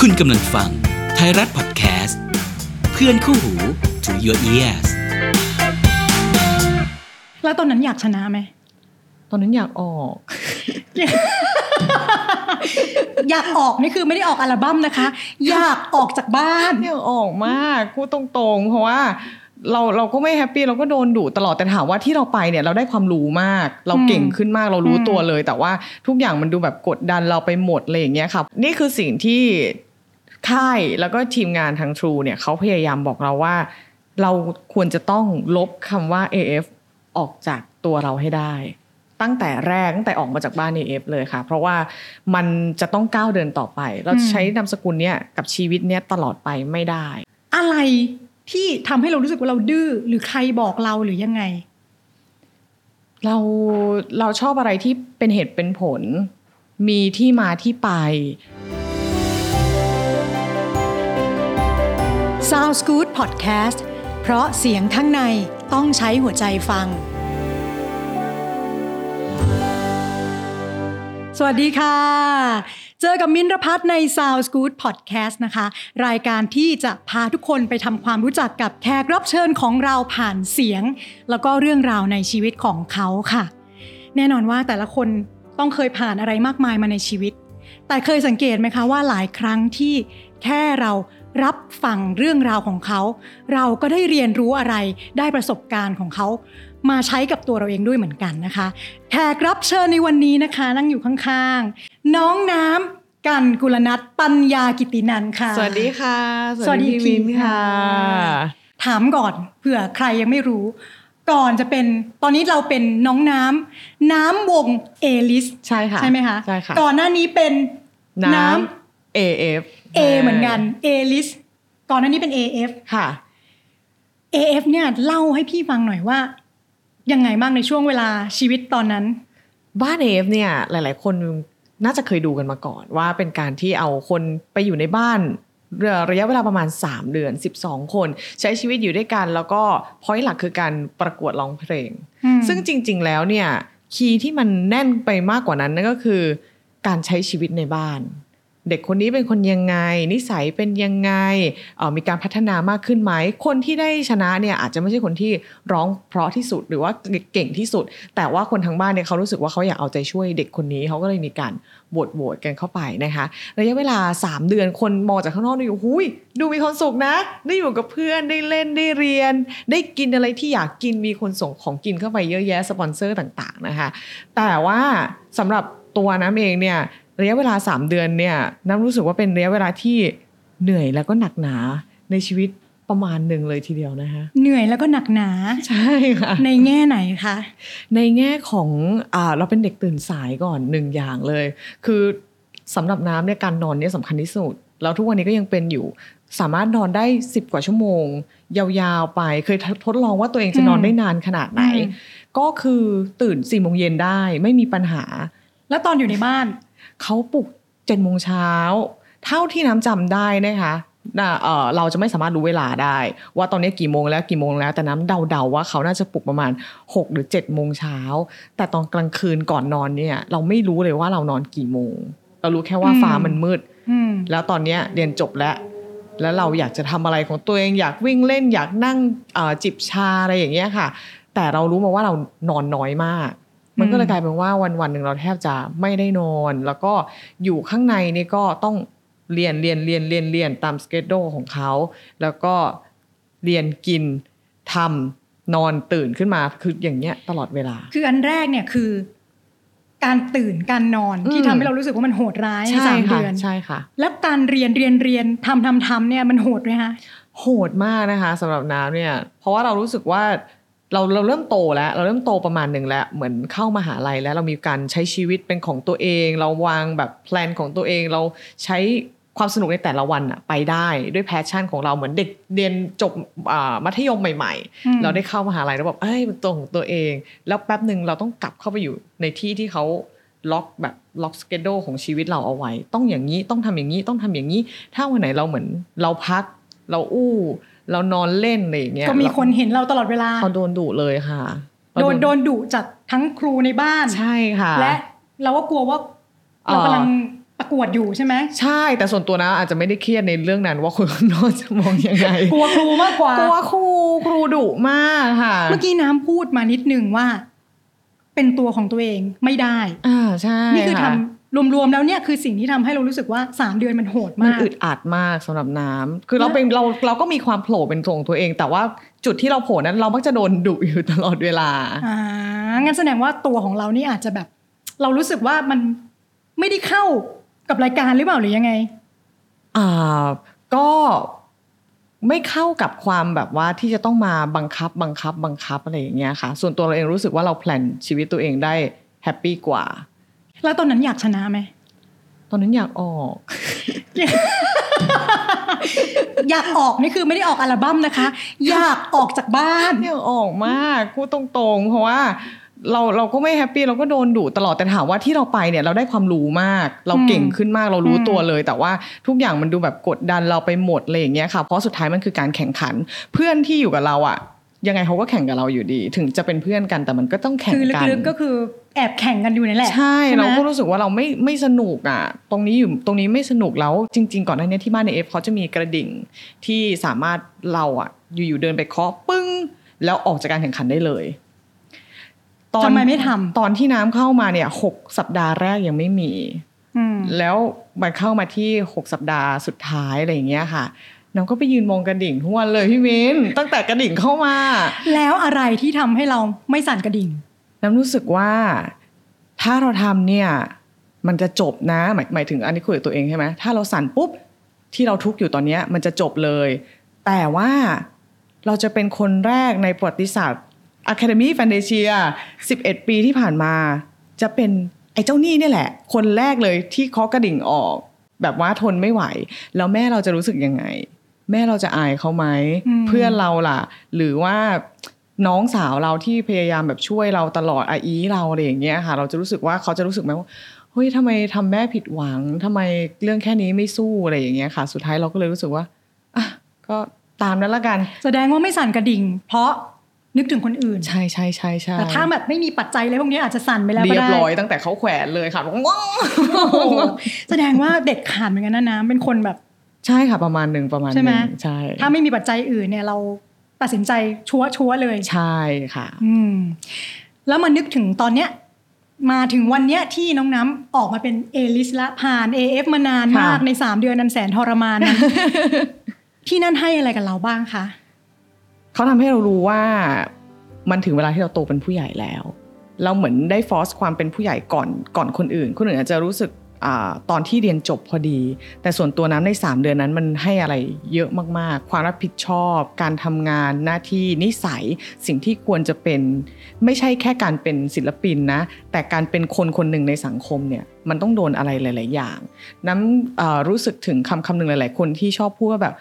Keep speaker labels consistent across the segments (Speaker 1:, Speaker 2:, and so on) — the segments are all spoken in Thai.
Speaker 1: คุณกำลังฟังไทยรัฐพอดแคสต์เพื่อนคู่หู to your ears
Speaker 2: แล้วตอนนั้นอยากชนะไหม
Speaker 3: ตอนนั้นอยากออก
Speaker 2: อยากออกนี่คือไม่ได้ออกอัลบั้ม นะคะ อยากออกจากบ้าน
Speaker 3: อยากออกมากพูดตรงๆ เพราะว่าเราเราก็ไม่แฮปปี้เราก็โดนดุตลอดแต่ถามว่าที่เราไปเนี่ยเราได้ความรู้มาก เราเก่งขึ้นมากเรารู้
Speaker 2: อืม
Speaker 3: ตัวเลย แต่ว่าทุกอย่างมันดูแบบกดดันเราไปหมดเลยอย่างเงี้ยครับนี่คือสิ่งที่ค่ายแล้วก็ทีมงานทาง True เนี่ยเขาพยายามบอกเราว่า เราควรจะต้องลบคำว่า AF ออกจากตัวเราให้ได้ ตั้งแต่แรกตั้งแต่ออกมาจากบ้าน AF เลยค่ะ เพราะว่ามันจะต้องก้าวเดินต่อไป เราจะใช้นามสกุลเนี่ยกับชีวิตเนี่ยตลอดไปไม่ได้
Speaker 2: อะไรที่ทำให้เรารู้สึกว่าเราดื้อหรือใครบอกเราหรือยังไง
Speaker 3: เราเราชอบอะไรที่เป็นเหตุเป็นผล มีที่มาที่ไป
Speaker 2: Sounds Good Podcast เพราะเสียงข้างในต้องใช้หัวใจฟัง สวัสดีค่ะ เจอกับมินท์รพัฒน์ใน Sounds Good Podcast นะคะ รายการที่จะพาทุกคนไปทำความรู้จักกับแขกรับเชิญของเราผ่านเสียง แล้วก็เรื่องราวในชีวิตของเขาค่ะ แน่นอนว่าแต่ละคนต้องเคยผ่านอะไรมากมายมาในชีวิต แต่เคยสังเกตไหมคะว่าหลายครั้งที่แค่เรารับฟังเรื่องราวของเขา เราก็ได้เรียนรู้อะไรได้ประสบการณ์ของเขา มาใช้กับตัวเราเองด้วยเหมือนกันนะคะแขกรับเชิญในวันนี้นะคะ นั่งอยู่ข้างๆ น้องน้ำกันกุลนัทปัญญากิตินันท์ค่ะ
Speaker 3: สวัสดีค่ะ
Speaker 2: สวัสดี
Speaker 3: พี่วินค่ะ
Speaker 2: ค่ะ ถามก่อนเผื่อใครยังไม่รู้ ก่อนจะเป็นตอนนี้เราเป็นน้องน้ำน้ำวงเอลิส
Speaker 3: ใช่ค่ะ
Speaker 2: ใช่ไหมคะ
Speaker 3: ใช่ค่ะ
Speaker 2: ก่อนหน้านี้เป็น
Speaker 3: น้
Speaker 2: น้ำ
Speaker 3: ำ AF
Speaker 2: เอเหมือนกันเอลิสก่อนหน้านี้เป็น AF
Speaker 3: ค่ะ
Speaker 2: AF เนี่ยเล่าให้พี่ฟังหน่อยว่า ยังไงบ้างในช่วงเวลาชีวิตตอนนั้น
Speaker 3: บ้านเอฟเนี่ยหลาย ๆ คนน่าจะเคยดูกันมาก่อน ว่าเป็นการที่เอาคนไปอยู่ในบ้านเอ่อระยะเวลาประมาณ 3 เดือน 12 คน ใช้ชีวิตอยู่ด้วยกันแล้วก็พอยหลักคือการประกวดร้องเพลง
Speaker 2: อืม
Speaker 3: ซึ่งจริง ๆ แล้วเนี่ยคีย์ที่มันแน่นไปมากกว่านั้นนั่นก็คือการใช้ชีวิตในบ้าน เด็กคนนี้เป็นคนยังไง นิสัยเป็นยังไงเอ่อมีการพัฒนามากขึ้นไหม คนที่ได้ชนะเนี่ยอาจจะไม่ใช่คนที่ร้องเพราะที่สุดหรือว่าเก่งที่สุด แต่ว่าคนทางบ้านเนี่ยเขารู้สึกว่าเขาอยากเอาใจช่วยเด็กคนนี้เขาก็เลยมีการโหวตโหวตกันเข้าไปนะคะ ระยะเวลา 3 เดือนคนมองจากข้างนอกดูอยู่หุยดูมีความสุขนะ ได้อยู่กับเพื่อนได้เล่นได้เรียน ได้กินอะไรที่อยากกินมีคนส่งของกินเข้าไปเยอะแยะสปอนเซอร์ต่างๆนะคะ แต่ว่าสำหรับตัวน้ำเองเนี่ยระยะเวลา 3 เดือนเนี่ยน้ำรู้สึกว่าเป็นระยะเวลาที่เหนื่อยแล้วก็หนักหนาในชีวิตประมาณหนึ่งเลยทีเดียวนะคะ
Speaker 2: เหนื่อยแล้วก็หนักหนา
Speaker 3: ใช่ค่ะ
Speaker 2: ในแง่ไหนคะ
Speaker 3: ในแง่ของอ่าเราเป็นเด็กตื่นสายก่อนหนึ่งอย่างเลย คือสำหรับน้ำเนี่ยการนอนเนี่ยสำคัญที่สุด แล้วทุกวันนี้ก็ยังเป็นอยู่ สามารถนอนได้ 10 กว่าชั่วโมง ยาวๆไป เคยทดลองว่าตัวเองจะนอน
Speaker 2: อืม
Speaker 3: ได้นานขนาดไหน
Speaker 2: อืม
Speaker 3: ก็คือตื่น4ี่โมงเย็นได้ไม่มีปัญหา
Speaker 2: แล้วตอนอยู่ในบ้าน
Speaker 3: เขาปลุกเจ็ดโมงเช้า เท่าที่น้ำจำได้นะคะน่ะเอ่อเราจะไม่สามารถรู้เวลาได้ ว่าตอนนี้กี่โมงแล้วกี่โมงแล้วแต่น้ำเดาๆว่าเขาน่าจะปลุกประมาณ 6 หรือ7จ็ดโมงเช้า แต่ตอนกลางคืนก่อนนอนเนี่ย เราไม่รู้เลยว่าเรานอนกี่โมง เรารู้แค่ว่า
Speaker 2: อืม
Speaker 3: ฟ้ามันมืด
Speaker 2: อืม
Speaker 3: แล้วตอนเนี้ยเรียนจบแล้ว แล้วเราอยากจะทำอะไรของตัวเองอยากวิ่งเล่นอยากนั่งเอ่อจิบชาอะไรอย่างเงี้ยค่ะ แต่เรารู้มาว่าเรานอนน้อยมาก มันก็เลยกลายเป็นว่าวันวันๆหนึ่งเราแทบจะไม่ได้นอน แล้วก็อยู่ข้างในนี่ก็ต้องเรียนเรียนเรียนเรียนเรียนตามสเกจโดของเขา แล้วก็เรียนกินทำนอนตื่นขึ้นมาคืออย่างเงี้ยตลอดเวลา
Speaker 2: คืออันแรกเนี่ยคือ การตื่นการนอน
Speaker 3: อืม
Speaker 2: ที่ทำให้เรารู้สึกว่ามันโหดร้ายในสาม
Speaker 3: ค่ะ
Speaker 2: เดือน
Speaker 3: ใช่ค่ะ
Speaker 2: แล้วการเรียนเรียนเรียนทำทำทำเนี่ยมันโหดไหมคะ
Speaker 3: โหดมากนะคะสำหรับน้ำเนี่ย เพราะว่าเรารู้สึกว่าเราเราเริ่มโตแล้ว เราเริ่มโตประมาณหนึ่งแล้ว เหมือนเข้ามหาลัยแล้วเรามีการใช้ชีวิตเป็นของตัวเอง เราวางแบบแพลนของตัวเองเราใช้ความสนุกในแต่ละวันอะไปได้ด้วยแพชชั่นของเราเหมือนเด็กเรียนจบอ่ามัธยมใหม่
Speaker 2: อืม
Speaker 3: ๆ เราได้เข้ามหาลัยแล้วแบบเอ้ยมันตัวของตัวเอง แล้วแป๊บหนึ่งเราต้องกลับเข้าไปอยู่ในที่ที่เขาล็อกแบบล็อกสเกดโดของชีวิตเราเอาไว้ ต้องอย่างนี้ต้องทำอย่างนี้ต้องทำอย่างนี้ ถ้าวันไหนเราเหมือนเราพัก เราอู้ เรานอนเล่นอะไรอย่างเงี้ย
Speaker 2: ก็มีคนเห็นเราตลอดเวลา
Speaker 3: เขาโดนดุเลยค่ะ
Speaker 2: โดนโดนดุจากทั้งครูในบ้าน
Speaker 3: ใช่ค่ะ
Speaker 2: และเราก็กลัวว่า
Speaker 3: เอ่อ
Speaker 2: เรากำลัง ประกวดอยู่ใช่ไหม
Speaker 3: ใช่แต่ส่วนตัวนะอาจจะไม่ได้เครียดในเรื่องนั้นว่า คนข้างนอกจะมองยังไง
Speaker 2: กลัวครูมากกว่าก
Speaker 3: ลัวครูครูดุมากค่ะ
Speaker 2: เมื่อกี้น้ำพูดมานิดนึงว่า เป็นตัวของตัวเองไม่ได้
Speaker 3: อ่าใช่
Speaker 2: นี่คือทำ
Speaker 3: ะ
Speaker 2: รวมๆแล้วเนี่ยคือสิ่งที่ทำให้เรารู้สึกว่า 3 เดือนมันโหด
Speaker 3: มัน
Speaker 2: มาก
Speaker 3: อึดอัดมากสำหรับน้ำคือเราเป็นเราเราก็มีความโผล่เป็นตัวของตัวเอง แต่ว่าจุดที่เราโผล่นั้นเรามักจะโดนดุอยู่ตลอดเวลา
Speaker 2: อ่างั้นแสดงว่าตัวของเรานี่อาจจะแบบ เรารู้สึกว่ามันไม่ได้เข้ากับรายการหรือเปล่าหรือยังไง
Speaker 3: อ่าก็ไม่เข้ากับความแบบว่าที่จะต้องมาบังคับบังคับบังคับอะไรอย่างเงี้ยค่ะ ส่วนตัวเราเองรู้สึกว่าเราแพลนชีวิตตัวเองได้แฮปปี้กว่า
Speaker 2: แล้วตอนนั้นอยากชนะไหม
Speaker 3: ตอนนั้นอยากออก
Speaker 2: อยากออกนี่คือไม่ได้ออกอัลบั้มนะคะ อยากออกจากบ้าน
Speaker 3: อยากออกมากพูดตรงๆ เพราะว่าเราเราก็ไม่แฮปปี้เราก็โดนดุตลอดแต่ถามว่าที่เราไปเนี่ยเราได้ความรู้มาก เราเก่งขึ้นมากเรารู้
Speaker 2: อืม
Speaker 3: ตัวเลย แต่ว่าทุกอย่างมันดูแบบกดดันเราไปหมดเลยอย่างเงี้ยค่ะเพราะสุดท้ายมันคือการแข่งขัน เพื่อนที่อยู่กับเราอะยังไงเขาก็แข่งกับเราอยู่ดี ถึงจะเป็นเพื่อนกันแต่มันก็ต้องแข่ง
Speaker 2: คือ
Speaker 3: กัน
Speaker 2: ลึกๆก็คือแอบแข่งกันอยู่นี่แหละ
Speaker 3: ใช่
Speaker 2: ไหม
Speaker 3: เราก็รู้สึกว่าเราไม่ไม่สนุกอ่ะ ตรงนี้อยู่ตรงนี้ไม่สนุกแล้วจริง ๆ ก่อนหน้านี้ที่บ้านในเอฟเขาจะมีกระดิ่งที่สามารถเราอ่ะ อยู่ๆเดินไปเคาะปึ้ง แล้วออกจากการแข่งขันได้เลย
Speaker 2: ทำไมไม่ทำ
Speaker 3: ตอนที่น้ำเข้ามาเนี่ยหกสัปดาห์แรกยังไม่มี
Speaker 2: อืม
Speaker 3: แล้วมันเข้ามาที่ 6 สัปดาห์สุดท้ายอะไรอย่างเงี้ยค่ะน้องก็ไปยืนมองกระดิ่งทุกวันเลยพี่มิ้นตั้งแต่กระดิ่งเข้ามา
Speaker 2: แล้วอะไรที่ทำให้เราไม่สั่นกระดิ่ง
Speaker 3: น้ำรู้สึกว่าถ้าเราทำเนี่ย มันจะจบนะหมายหมายถึงอันนี้คุยกับตัวเองใช่ไหมถ้าเราสั่นปุ๊บที่เราทุกข์อยู่ตอนเนี้ยมันจะจบเลย แต่ว่าเราจะเป็นคนแรกในประวัติศาสตร์ Academy f a n t a s i a 11 ปีที่ผ่านมา จะเป็นไอ้เจ้าหนี้เนี่ยแหละ คนแรกเลยที่เคาะกระดิ่งออก แบบว่าทนไม่ไหว แล้วแม่เราจะรู้สึกยังไง แม่เราจะอายเขาไหม
Speaker 2: อืม
Speaker 3: เพื่อนเราล่ะ หรือว่าน้องสาวเราที่พยายามแบบช่วยเราตลอดอาอีเราอะไรอย่างเงี้ยค่ะ เราจะรู้สึกว่าเขาจะรู้สึกไหมว่าเฮ้ยทำไมทำแม่ผิดหวังทำไมเรื่องแค่นี้ไม่สู้อะไรอย่างเงี้ยค่ะ สุดท้ายเราก็เลยรู้สึกว่าอ่ะก็ตามนั้นละกัน
Speaker 2: แสดงว่าไม่สั่นกระดิ่ง เพราะนึกถึงคนอื่น
Speaker 3: ใช่ใช่ใช่ใช่
Speaker 2: แต่ถ้าแบบไม่มีปัจจัยอะไรพวกนี้อาจจะสั่นไปแล้วก็
Speaker 3: เรียบ
Speaker 2: ได้
Speaker 3: ร้อยตั้งแต่เขาแขวนเลยค่ะว้าว
Speaker 2: โอ้โห แสดงว่าเด็ดขาดเหมือนกันนะน้ำเป็นคนแบบ
Speaker 3: ใช่ค่ะประมาณหนึ่งประมาณห
Speaker 2: ใช่ไหม
Speaker 3: นึ่งใช่
Speaker 2: ถ้าไม่มีปัจจัยอื่นเนี่ย เราตัดสินใจชัวชัวร์ๆเลย
Speaker 3: ใช่ค่ะ
Speaker 2: อืม แล้วมานึกถึงตอนเนี้ย มาถึงวันเนี้ยที่น้องน้ำออกมาเป็นเอลิสละผ่าน AF มานานมาก
Speaker 3: ค่ะ
Speaker 2: ใน 3 เดือนนันแสนทรมาน นั้น ที่นั่นให้อะไรกับเราบ้างคะ
Speaker 3: เขาทำให้เรารู้ว่ามันถึงเวลาที่เราโตเป็นผู้ใหญ่แล้ว เราเหมือนได้ฟอสความเป็นผู้ใหญ่ก่อนก่อนคนอื่น คนอื่นอาจจะรู้สึกอาตอนที่เรียนจบพอดี แต่ส่วนตัวน้ำใน 3 เดือนนั้นมันให้อะไรเยอะมากๆ ความรับผิดชอบ การทำงานหน้าที่นิสัยสิ่งที่ควรจะเป็น ไม่ใช่แค่การเป็นศิลปินนะ แต่การเป็นคนคนหนึ่งในสังคมเนี่ยมันต้องโดนอะไรหลาย ๆ อย่าง น้ำเอ่อรู้สึกถึงคำคำหนึ่งหลาย ๆ คนที่ชอบพูดว่าแบบ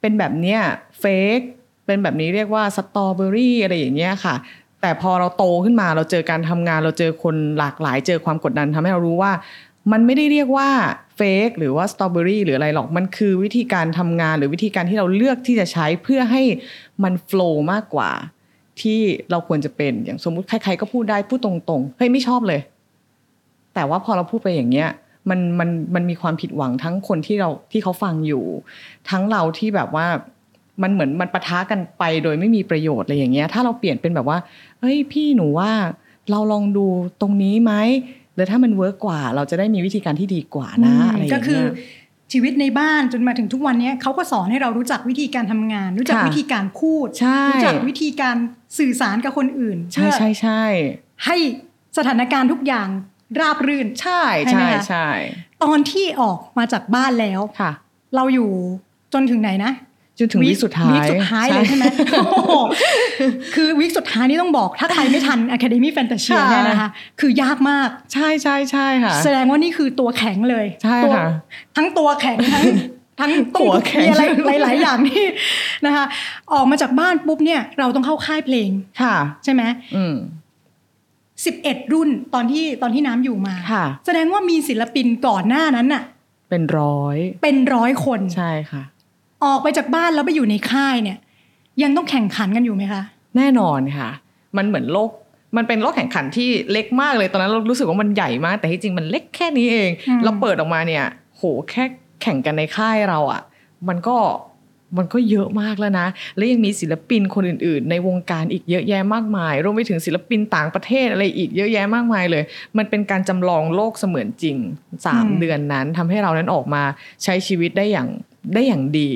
Speaker 3: เป็นแบบเนี้ยเฟกเป็นแบบนี้เรียกว่าสตรอเบอรี่อะไรอย่างเงี้ยค่ะ แต่พอเราโตขึ้นมาเราเจอการทำงาน เราเจอคนหลากหลาย เจอความกดดันทำให้เรารู้ว่า มันไม่ได้เรียกว่าเฟกหรือว่าสตรอเบอรี่หรืออะไรหรอกมันคือวิธีการทำงานหรือวิธีการที่เราเลือกที่จะใช้เพื่อให้มันโฟล์มากกว่า ที่เราควรจะเป็นอย่างสมมุติใคร ๆ ก็พูดได้พูดตรงๆเฮ้ยไม่ชอบเลย แต่ว่าพอเราพูดไปอย่างเงี้ยมันมันมันมีความผิดหวังทั้งคนที่เราที่เขาฟังอยู่ ทั้งเราที่แบบว่ามันเหมือนมันปะทะกันไปโดยไม่มีประโยชน์อะไรอย่างเงี้ย ถ้าเราเปลี่ยนเป็นแบบว่าเฮ้ยพี่หนูว่าเราลองดูตรงนี้ไหมแล้วถ้ามันเวิร์กกว่า เราจะได้มีวิธีการที่ดีกว่านะ
Speaker 2: อืม
Speaker 3: อะไรอย่างเงี้ย
Speaker 2: ก็คือชีวิตในบ้านจนมาถึงทุกวันเนี้ยเขาก็สอนให้เรารู้จักวิธีการทำงาน รู้จัก
Speaker 3: ค่ะ
Speaker 2: วิธีการพูด
Speaker 3: ใช่
Speaker 2: รู้จักวิธีการสื่อสารกับคนอื่น
Speaker 3: ใช่
Speaker 2: เพื่อ
Speaker 3: ใช่ใช่
Speaker 2: ให้สถานการณ์ทุกอย่างราบรื่น
Speaker 3: ใช่
Speaker 2: ใช่
Speaker 3: ใช่
Speaker 2: ไหมคะ
Speaker 3: ใช่
Speaker 2: ตอนที่ออกมาจากบ้านแล้ว
Speaker 3: ค่ะ
Speaker 2: เราอยู่จนถึงไหนนะ
Speaker 3: จนถึงวิสุดท้าย
Speaker 2: วิคสุดท้ายเลย ใช่ไหมโอ้โหคือวิคสุดท้ายนี่ต้องบอกถ้าใครไม่ทัน Academy Fantasy เนี่ยนะคะ คือยากมาก
Speaker 3: ใช่ใช่ใช่ค่ะ
Speaker 2: แสดงว่านี่คือตัวแข็งเลย
Speaker 3: ใช่
Speaker 2: ตัว
Speaker 3: ค่ะ
Speaker 2: ทั้งตัวแข็งทั้ง ทั้ง
Speaker 3: หัวแข็ง
Speaker 2: มีอะไรหลาย ๆ อย่างที่นะคะ ออกมาจากบ้านปุ๊บเนี่ยเราต้องเข้าค่ายเพลง
Speaker 3: ค่ะ
Speaker 2: ใช่ไหม
Speaker 3: อืม
Speaker 2: สิบเอ็ดรุ่นตอนที่ตอนที่น้ำอยู่มา
Speaker 3: ค่ะ
Speaker 2: แสดงว่ามีศิลปินก่อนหน้านั้นน่ะ
Speaker 3: เป็นร้อย
Speaker 2: เป็นร้อยคน
Speaker 3: ใช่ค่ะ
Speaker 2: ออกไปจากบ้านแล้วไปอยู่ในค่ายเนี่ย ยังต้องแข่งขันกันอยู่ไหมคะ
Speaker 3: แน่นอนค่ะ มันเหมือนโลก มันเป็นโลกแข่งขันที่เล็กมากเลยตอนนั้นเรารู้สึกว่ามันใหญ่มาก แต่ที่จริงมันเล็กแค่นี้เอง
Speaker 2: อืม
Speaker 3: เราเปิดออกมาเนี่ยโหแค่แข่งกันในค่ายเราอะมันก็มันก็เยอะมากแล้วนะ แล้วยังมีศิลปินคนอื่น ๆ ในวงการอีกเยอะแยะมากมายรวมไปถึงศิลปินต่างประเทศอะไรอีกเยอะแยะมากมายเลย มันเป็นการจำลองโลกเสมือนจริงสาม
Speaker 2: อืม
Speaker 3: เดือนนั้นทำให้เรานั้นออกมาใช้ชีวิตได้อย่างได้อย่างดี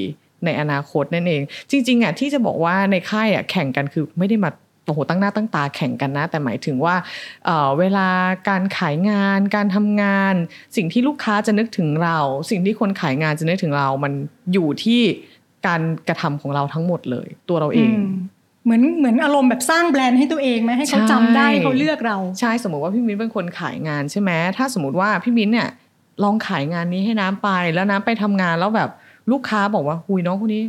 Speaker 3: ในอนาคตนั่นเอง จริงๆอ่ะที่จะบอกว่าในค่ายอ่ะแข่งกันคือไม่ได้มาโอ้โหตั้งหน้าตั้งตาแข่งกันนะ แต่หมายถึงว่าเอ่อเวลาการขายงาน การทำงาน สิ่งที่ลูกค้าจะนึกถึงเรา สิ่งที่คนขายงานจะนึกถึงเรา มันอยู่ที่การกระทำของเราทั้งหมดเลย ตัวเราเอ
Speaker 2: อื
Speaker 3: ง
Speaker 2: มเหมือนเหมือนอารมณ์แบบสร้างแบรนด์ให้ตัวเองไหมให้เขา
Speaker 3: ใช่
Speaker 2: จำได้เขาเลือกเรา
Speaker 3: ใช่สมมุติว่าพี่มิ้นเป็นคนขายงานใช่ไหมถ้าสมมติว่าพี่มิ้นเนี่ยลองขายงานนี้ให้น้ำไป แล้วน้ำไปทำงานแล้วแบบลูกค้าบอกว่าหุยน้องคนนี้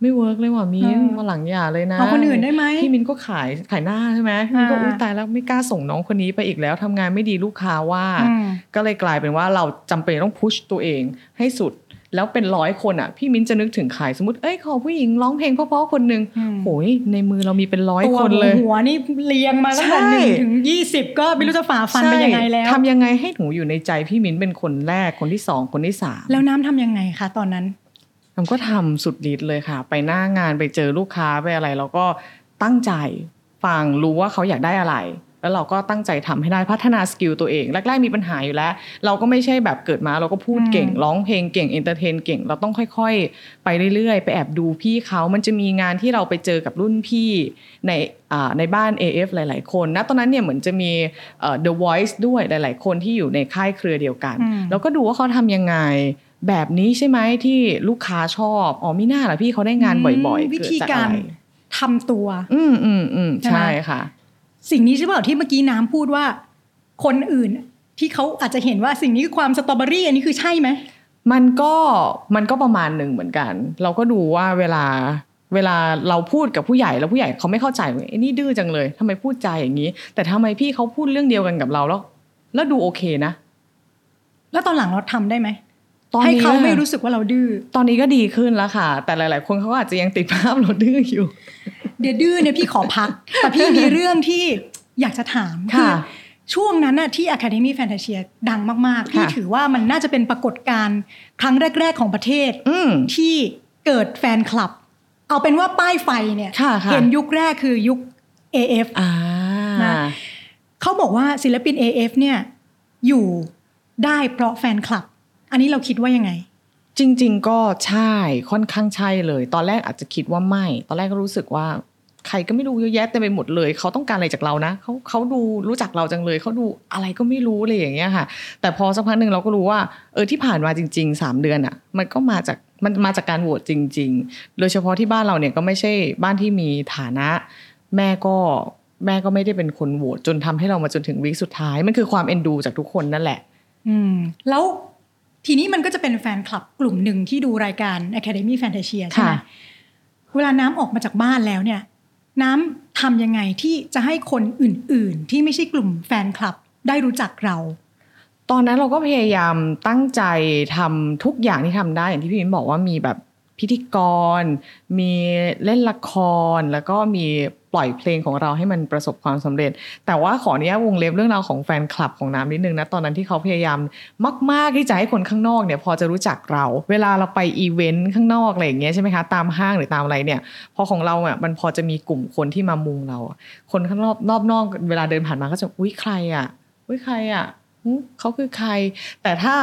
Speaker 3: ไม่เวิร์กเลยว่ะมิ้น
Speaker 2: อ่า
Speaker 3: วันหลังอย่าเลยนะ
Speaker 2: เอาคนอื่นได้ไหม
Speaker 3: พี่มินก็ขายขายหน้าใช่ไหมพี่มินก็
Speaker 2: อ่า
Speaker 3: อุ้ยตายแล้วไม่กล้าส่งน้องคนนี้ไปอีกแล้วทำงานไม่ดีลูกค้าว่า
Speaker 2: อืม
Speaker 3: ก็เลยกลายเป็นว่าเราจำเป็นต้องพุชตัวเองให้สุด แล้วเป็นร้อยคนอ่ะ พี่มิ้นจะนึกถึงขายสมมติเอ้ยขอผู้หญิงร้องเพลงเพราะๆคนหนึ่ง
Speaker 2: อืม
Speaker 3: โอ้ยในมือเรามีเป็นร้อย
Speaker 2: ตัว
Speaker 3: คนเลย
Speaker 2: หัวนี่เรียงมาตั้งแต่
Speaker 3: ใช่
Speaker 2: หนึ่งถึงยี่สิบก็ไม่รู้จะฝ่าฟันไปยังไงแล้ว
Speaker 3: ใช่ทำยังไงให้หนูอยู่ในใจพี่มิ้นเป็นคนแรกคนที่สองคนที่สาม
Speaker 2: แล้วน้ำทำยังไงคะตอนนั้น
Speaker 3: ทำก็ทำสุดฤทธิ์เลยค่ะ ไปหน้างานไปเจอลูกค้าไปอะไร แล้วก็ตั้งใจฟังรู้ว่าเขาอยากได้อะไร แล้วเราก็ตั้งใจทำให้ได้พัฒนาสกิลตัวเองแรกๆมีปัญหาอยู่แล้ว เราก็ไม่ใช่แบบเกิดมาเราก็พูดเก่ง
Speaker 2: อืม
Speaker 3: ร้องเพลงเก่งเอนเตอร์เทนเก่ง เราต้องค่อยๆ ไปเรื่อยๆ ไปแอบดูพี่เขามันจะมีงานที่เราไปเจอกับรุ่นพี่ในอ่าในบ้าน AF หลาย ๆ คนนะตอนนั้นเนี่ยเหมือนจะมีเอ่อ The Voice ด้วยหลาย ๆ คนที่อยู่ในค่ายเครือเดียวกัน
Speaker 2: อืม
Speaker 3: แล้วก็ดูว่าเขาทำยังไง แบบนี้ใช่ไหมที่ลูกค้าชอบอ๋อมิน่าล่ะพี่เขาได้งานบ่อยๆ
Speaker 2: มวิ
Speaker 3: เกิด
Speaker 2: ธี
Speaker 3: จาก
Speaker 2: กา
Speaker 3: อะ
Speaker 2: ร
Speaker 3: ไร
Speaker 2: ทำตัว
Speaker 3: อืมอืมอืม
Speaker 2: ใช่ไหม
Speaker 3: ใช่ค่ะ
Speaker 2: สิ่งนี้ใช่เปล่าที่เมื่อกี้น้ำพูดว่า คนอื่นที่เขาอาจจะเห็นว่าสิ่งนี้คือความสตรอเบอรี่อันนี้คือใช่ไหม
Speaker 3: มันก็มันก็ประมาณหนึ่งเหมือนกัน เราก็ดูว่าเวลาเวลาเราพูดกับผู้ใหญ่แล้วผู้ใหญ่เขาไม่เข้าใจไอ้นี่ดื้อจังเลยทำไมพูดใจาอย่างนี้ แต่ทำไมพี่เขาพูดเรื่องเดียวกันกับเราแล้ว แล้วดูโอเคนะ
Speaker 2: แล้วตอนหลังเราทำได้ไหม
Speaker 3: ตอน
Speaker 2: ให้
Speaker 3: นี้
Speaker 2: เขาไม่รู้สึกว่าเราดื้อ
Speaker 3: ตอนนี้ก็ดีขึ้นแล้วค่ะ แต่หลาย ๆ คนเขาอาจจะยังติดภาพเราดื้ออยู่
Speaker 2: เดี๋ยวดื้อเนี่ยพี่ขอพั ก แต่พี่มีเรื่องที่อยากจะถาม
Speaker 3: ค่ะ
Speaker 2: ช่วงนั้นน่ะที่ Academy Fantasia ดังมากๆพี่
Speaker 3: ค่ะ
Speaker 2: ถือว่ามันน่าจะเป็นปรากฏการณ์ครั้งแรก ๆ ของประเทศ
Speaker 3: อืม
Speaker 2: ที่เกิดแฟนคลับ เอาเป็นว่าป้ายไฟเนี่ย
Speaker 3: ค่ะค่ะ
Speaker 2: เห็นยุคแรกคือยุค AF
Speaker 3: อ่า
Speaker 2: นะ เขาบอกว่าศิลปิน AF เนี่ยอยู่ได้เพราะแฟนคลับ อันนี้เราคิดว่ายังไง
Speaker 3: จริงๆ ก็ใช่ค่อนข้างใช่เลย ตอนแรกอาจจะคิดว่าไม่ ตอนแรกก็รู้สึกว่า ใครก็ไม่รู้เยอะแยะเต็มไปหมดเลย เขาต้องการอะไรจากเรานะเขาเขาดูรู้จักเราจังเลย เขาดูอะไรก็ไม่รู้เลยอย่างเงี้ยค่ะ แต่พอสักพักหนึ่งเราก็รู้ว่าเออที่ผ่านมาจริง ๆ 3 เดือนอะ่ะ มันก็มาจากมันมาจากการโหวตจริง ๆ โดยเฉพาะที่บ้านเราเนี่ยก็ไม่ใช่บ้านที่มีฐานะ แม่ก็แม่ก็ไม่ได้เป็นคนโหวตจนทำให้เรามาจนถึงวีคสุดท้ายมันคือความเอ็นดูจากทุกคนนั่นแหละ
Speaker 2: อืม แล้วทีนี้มันก็จะเป็นแฟนคลับกลุ่มหนึ่งที่ดูรายการ Academy Fantasia ใช่ไหม
Speaker 3: ค่ะ
Speaker 2: เวลาน้ำออกมาจากบ้านแล้วเนี่ย น้ำทำยังไงที่จะให้คนอื่น ๆ ที่ไม่ใช่กลุ่มแฟนคลับได้รู้จักเรา
Speaker 3: ตอนนั้นเราก็พยายามตั้งใจทำทุกอย่างที่ทำได้อย่างที่พี่มิ้นบอกว่ามีแบบพิธีกร มีเล่นละคร แล้วก็มีปล่อยเพลงของเราให้มันประสบความสำเร็จ แต่ว่าขออนุญาตวงเล็บเรื่องราวของแฟนคลับของน้ำนิดนึงนะตอนนั้นที่เขาพยายามมาก ๆ ที่จะให้คนข้างนอกเนี่ยพอจะรู้จักเรา เวลาเราไปอีเวนต์ข้างนอกอะไรอย่างเงี้ยใช่ไหมคะตามห้างหรือตามอะไรเนี่ยพอของเราอ่ะมันพอจะมีกลุ่มคนที่มามุงเราอะคนข้างนอกรอบนอกเวลาเดินผ่านมาก็จะอุ้ยใครอ่ะ เฮ้ยใครอ่ะหึเขาคือใคร แต่ถ้า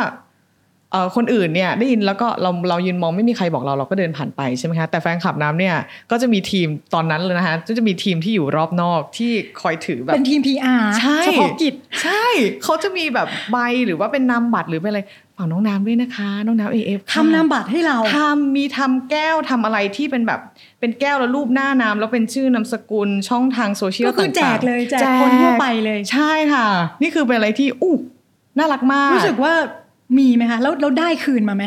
Speaker 3: เอ่อคนอื่นเนี่ยได้ยินแล้วก็เราเรายืนมองไม่มีใครบอกเราเราก็เดินผ่านไปใช่ไหมคะแต่แฟนคลับน้ำเนี่ยก็จะมีทีมตอนนั้นเลยนะคะก็จะมีทีมที่อยู่รอบนอกที่คอยถือแบบ
Speaker 2: เป็นทีม PR
Speaker 3: ใช่
Speaker 2: เฉพาะกิจ
Speaker 3: ใช่เขาจะมีแบบใบหรือว่าเป็นนามบัตรหรือเป็นอะไรฝากน้องน้ำด้วยนะคะ น้องน้ำเอฟ
Speaker 2: ทำนามบัตรให้เรา
Speaker 3: ทำมีทำแก้วทำอะไรที่เป็นแบบเป็นแก้วแล้วรูปหน้าน้ำแล้วเป็นชื่อนามสกุลช่องทางโซเชียล
Speaker 2: ก็
Speaker 3: ต่างๆ
Speaker 2: คือแจกเลยแจกคนทั่วไปเลย
Speaker 3: ใช่ค่ะ นี่คือเป็นอะไรที่อู้น่ารักมาก
Speaker 2: รู้สึกว่ามีไหมคะแล้วเราได้คืนมาไหม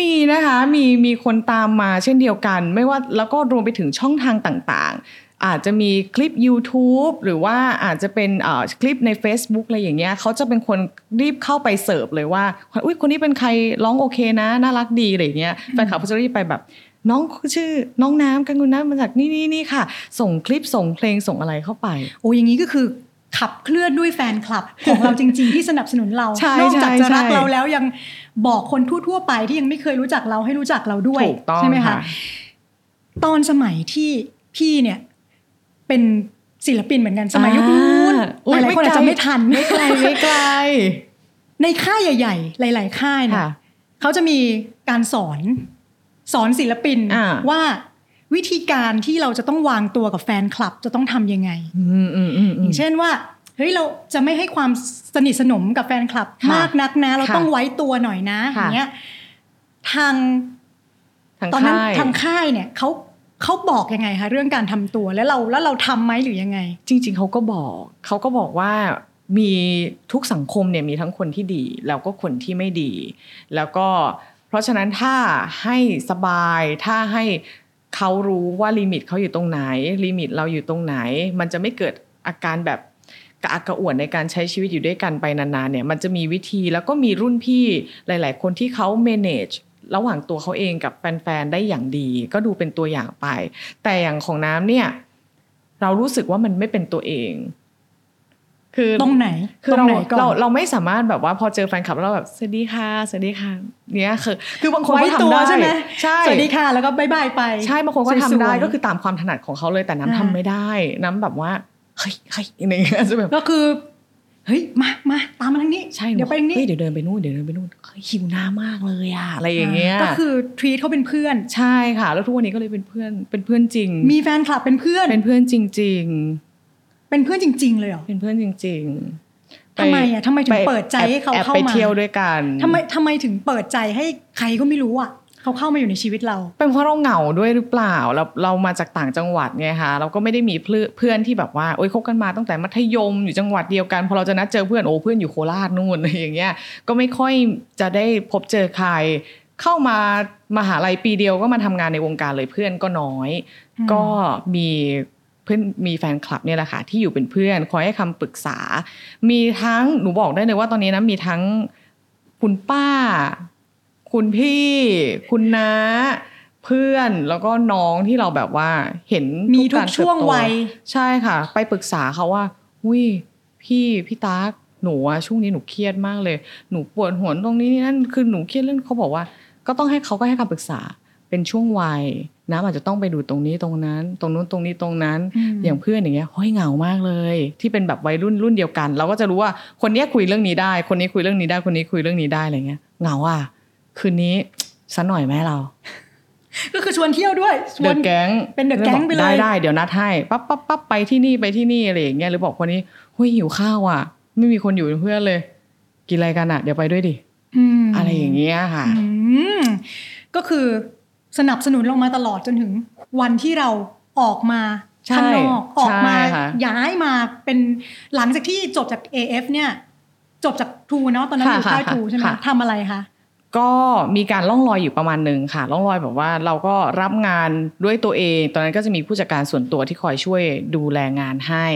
Speaker 3: มีนะคะมีมีคนตามมาเช่นเดียวกัน ไม่ว่าแล้วก็รวมไปถึงช่องทางต่างๆ อาจจะมีคลิป YouTube หรือว่าอาจจะเป็นเอ่อคลิปใน Facebook อะไรอย่างเงี้ยเขาจะเป็นคนรีบเข้าไปเสิร์ฟเลยว่าอุ้ยคนนี้เป็นใครร้องโอเคนะ น่ารักดีอะไรอย่างเงี้ยแฟนคลับก็จะรีบไปแบบ น้องชื่อน้องน้ำกังกุนน้ำมาจากนี่นี่นี่ค่ะ ส่งคลิปส่งเพลงส่งอะไรเข้าไป
Speaker 2: โอ้อย่างนี้ก็คือขับเคลื่อนด้วยแฟนคลับ ของเราจริง ๆ ที่สนับสนุนเรา
Speaker 3: ใช่
Speaker 2: นอกจาก
Speaker 3: ใช่
Speaker 2: จะรัก
Speaker 3: ใช่
Speaker 2: เราแล้วยังบอกคนทั่ว ๆ ไปที่ยังไม่เคยรู้จักเราให้รู้จักเราด้วย
Speaker 3: ถูกต้อง
Speaker 2: ใช่ไหมคะ
Speaker 3: ค่ะ
Speaker 2: ตอนสมัยที่พี่เนี่ยเป็นศิลปินเหมือนกันสมัยยุคนู้น
Speaker 3: อ่าอุ๊
Speaker 2: ห
Speaker 3: ย
Speaker 2: ลายๆคนอาจจะ
Speaker 3: ไม่
Speaker 2: ไม่
Speaker 3: ไกล
Speaker 2: ทัน
Speaker 3: ไม่ไกลไม่ไกล
Speaker 2: ในค่ายใหญ่ ๆ หลาย ๆ ค่ายเนี่ย
Speaker 3: ค่ะ
Speaker 2: เขาจะมีการสอนสอนศิลปิน
Speaker 3: อ่า
Speaker 2: ว่าวิธีการที่เราจะต้องวางตัวกับแฟนคลับจะต้องทำยังไง
Speaker 3: อืมอืมอื
Speaker 2: อ
Speaker 3: มอืม
Speaker 2: ย่างเช่นว่าเฮ้ยเราจะไม่ให้ความสนิทสนมกับแฟนคลับ
Speaker 3: ค่ะ
Speaker 2: มากนักนะ เรา
Speaker 3: ค่ะ
Speaker 2: ต้องไว้ตัวหน่อยนะอ
Speaker 3: ค่ะ
Speaker 2: ย่างเงี้ยทาง
Speaker 3: ทาง
Speaker 2: ตอนนั้น
Speaker 3: ค่าย
Speaker 2: ทางค่ายเนี่ยเขาเขาบอกยังไงคะเรื่องการทำตัวแล้วเราแล้วเราทำไหมหรือยังไง
Speaker 3: จริงๆ เขาก็บอก เขาก็บอกว่ามีทุกสังคมเนี่ยมีทั้งคนที่ดี แล้วก็คนที่ไม่ดี แล้วก็เพราะฉะนั้นถ้าให้สบายถ้าให้เขารู้ว่าลิมิตเขาอยู่ตรงไหน ลิมิตเราอยู่ตรงไหน มันจะไม่เกิดอาการแบบกระอักกระอ่วนในการใช้ชีวิตอยู่ด้วยกันไปนานๆเนี่ยมันจะมีวิธีแล้วก็มีรุ่นพี่หลาย ๆ คนที่เขา manage ระหว่างตัวเขาเองกับแฟนๆได้อย่างดี ก็ดูเป็นตัวอย่างไป แต่อย่างของน้ำเนี่ย เรารู้สึกว่ามันไม่เป็นตัวเอง คือ
Speaker 2: ตรงไหน
Speaker 3: คือ
Speaker 2: ตร
Speaker 3: เรา
Speaker 2: งไหนก่อน
Speaker 3: เราเราไม่สามารถแบบว่าพอเจอแฟนคลับแล้วเราแบบสวัสดีค่ะสวัสดีค่ะเนี่ยคือ คือบางคน
Speaker 2: ไว้
Speaker 3: เขาทำ
Speaker 2: ตัว
Speaker 3: ด้
Speaker 2: ใช่ไหม
Speaker 3: ใช่
Speaker 2: สวัสดีค่ะแล้วก็บายบายไป
Speaker 3: ใช่บางคนก็ทำ
Speaker 2: ส
Speaker 3: ได้
Speaker 2: วยๆ
Speaker 3: ก็คือตามความถนัดของเขาเลยแต่น้ำ
Speaker 2: อ่า
Speaker 3: ทำไม่ได้ น้ำแบบว่าเฮ้ยเฮ้ยอะไรอย่างเงี้ ยจะแบบ
Speaker 2: ก็คือเฮ้ยมามาตามมาทางนี้
Speaker 3: ใช่
Speaker 2: เดี๋ยวไปทางนี้
Speaker 3: ฮ้เดี๋ยวเดินไปนู่นเดี๋ยวเดินไปนู่นเฮ้ยหิวน้ำมากเลยอะอะไรอย่างเงี้ย
Speaker 2: ก็คือทรีทเขาเป็นเพื่อน
Speaker 3: ใช่ค่ะ แล้วทุกวันนี้ก็เลยเป็นเพื่อนเป็นเพื่อนจริง
Speaker 2: มีแฟนคลับเป็นเพื่อน
Speaker 3: เป็นเพื่อนจริง
Speaker 2: เป็นเพื่อนจริง ๆ เลยเหรอ
Speaker 3: ๆ เป็นเพื่อนจริงๆป
Speaker 2: ทำไมอ่ะทำไมถึงเปิดใจให้เขา
Speaker 3: แอบ
Speaker 2: เข้า
Speaker 3: ไป
Speaker 2: มา
Speaker 3: เที่ยวด้วยกัน
Speaker 2: ทำไมทำไมถึงเปิดใจให้ใครก็ไม่รู้อ่ะเขาเข้ามาอยู่ในชีวิตเรา
Speaker 3: เป็นเพราะเราเหงาด้วยหรือเปล่าเราเรามาจากต่างจังหวัดไงคะเราก็ไม่ได้มีเพื่อนเพื่อนที่แบบว่าโอ้ยคบกันมาตั้งแต่มัธยมอยู่จังหวัดเดียวกันพอเราจะนัดเจอเพื่อนโอ้เพื่อนอยู่โคราชนู่น อะไรอย่างเงี้ยก็ไม่ค่อยจะได้พบเจอใคร เข้ามามหาลัยปีเดียวก็มาทำงานในวงการเลยเพื่อนก็น้อย
Speaker 2: อืม
Speaker 3: ก็มีเพื่อนมีแฟนคลับเนี่ยแหละค่ะที่อยู่เป็นเพื่อนคอยให้คำปรึกษา มีทั้งหนูบอกได้เลยว่าตอนนี้นะมีทั้งคุณป้า คุณพี่ คุณน้า เพื่อนแล้วก็น้องที่เราแบบว่าเห็น
Speaker 2: มีทุ
Speaker 3: าร
Speaker 2: ก
Speaker 3: เติบโต
Speaker 2: ช่วงวัย
Speaker 3: ใช่ค่ะ ไปปรึกษาเขาว่าอุ้ยพี่พี่ตากหนูอะช่วงนี้หนูเครียดมากเลย หนูปวดหัวตรงนี้นี่นั่นคือหนูเครียดเรื่องเขาบอกว่า ก็ต้องให้เขาก็ให้คำปรึกษาเป็นช่วงวัยน้ำอาจจะต้องไปดูตรงนี้ตรงนั้น ตรงนู้นตรงนี้ตรงนั้น
Speaker 2: อืม
Speaker 3: อย่างเพื่อนอย่างเงี้ยห้ยเหงามากเลย ที่เป็นแบบวัยรุ่นรุ่นเดียวกัน เราก็จะรู้ว่าคนเนี้ยคุยเรื่องนี้ได้ คนนี้คุยเรื่องนี้ได้คนนี้คุยเรื่องนี้ได้อะไรเงี้ยเหงาอ่ะคืนนี้ซะหน่อยไหมเรา
Speaker 2: ก็คือชวนเที่ยวด้วยช
Speaker 3: เด
Speaker 2: วน
Speaker 3: อะแก๊ง
Speaker 2: เป็น The Gang ไปเลย
Speaker 3: ได้ได้เดี๋ยวนัดให้ปั๊บปั๊บปั๊บไปที่นี่ไปที่นี่อะไรอย่างเงี้ยหรือบอกคนนี้ห้ยหิวข้าวอ่ะ ไม่มีคนอยู่เป็นเพื่อนเลย กินอะไรกันอ่ะ เดี๋ยวไปด้วยดิ
Speaker 2: ม
Speaker 3: อะไรอย่างเงี้ยค่ะ
Speaker 2: อืมก็คือสนับสนุนเรามาตลอดจนถึงวันที่เราออกมา
Speaker 3: ใช่
Speaker 2: ข้างนอกออกมา
Speaker 3: ใช่ค่ะ
Speaker 2: ย้ายมาเป็นหลังจากที่จบจาก AF เนี่ย จบจากทูเนาะตอนนั้นอยู่ค่ายทูใช่ไหมทำอะไรคะ
Speaker 3: ก็มีการล่องลอยอยู่ประมาณหนึ่งค่ะ ล่องลอยแบบว่าเราก็รับงานด้วยตัวเอง ตอนนั้นก็จะมีผู้จัดการส่วนตัวที่คอยช่วยดูแลงานให้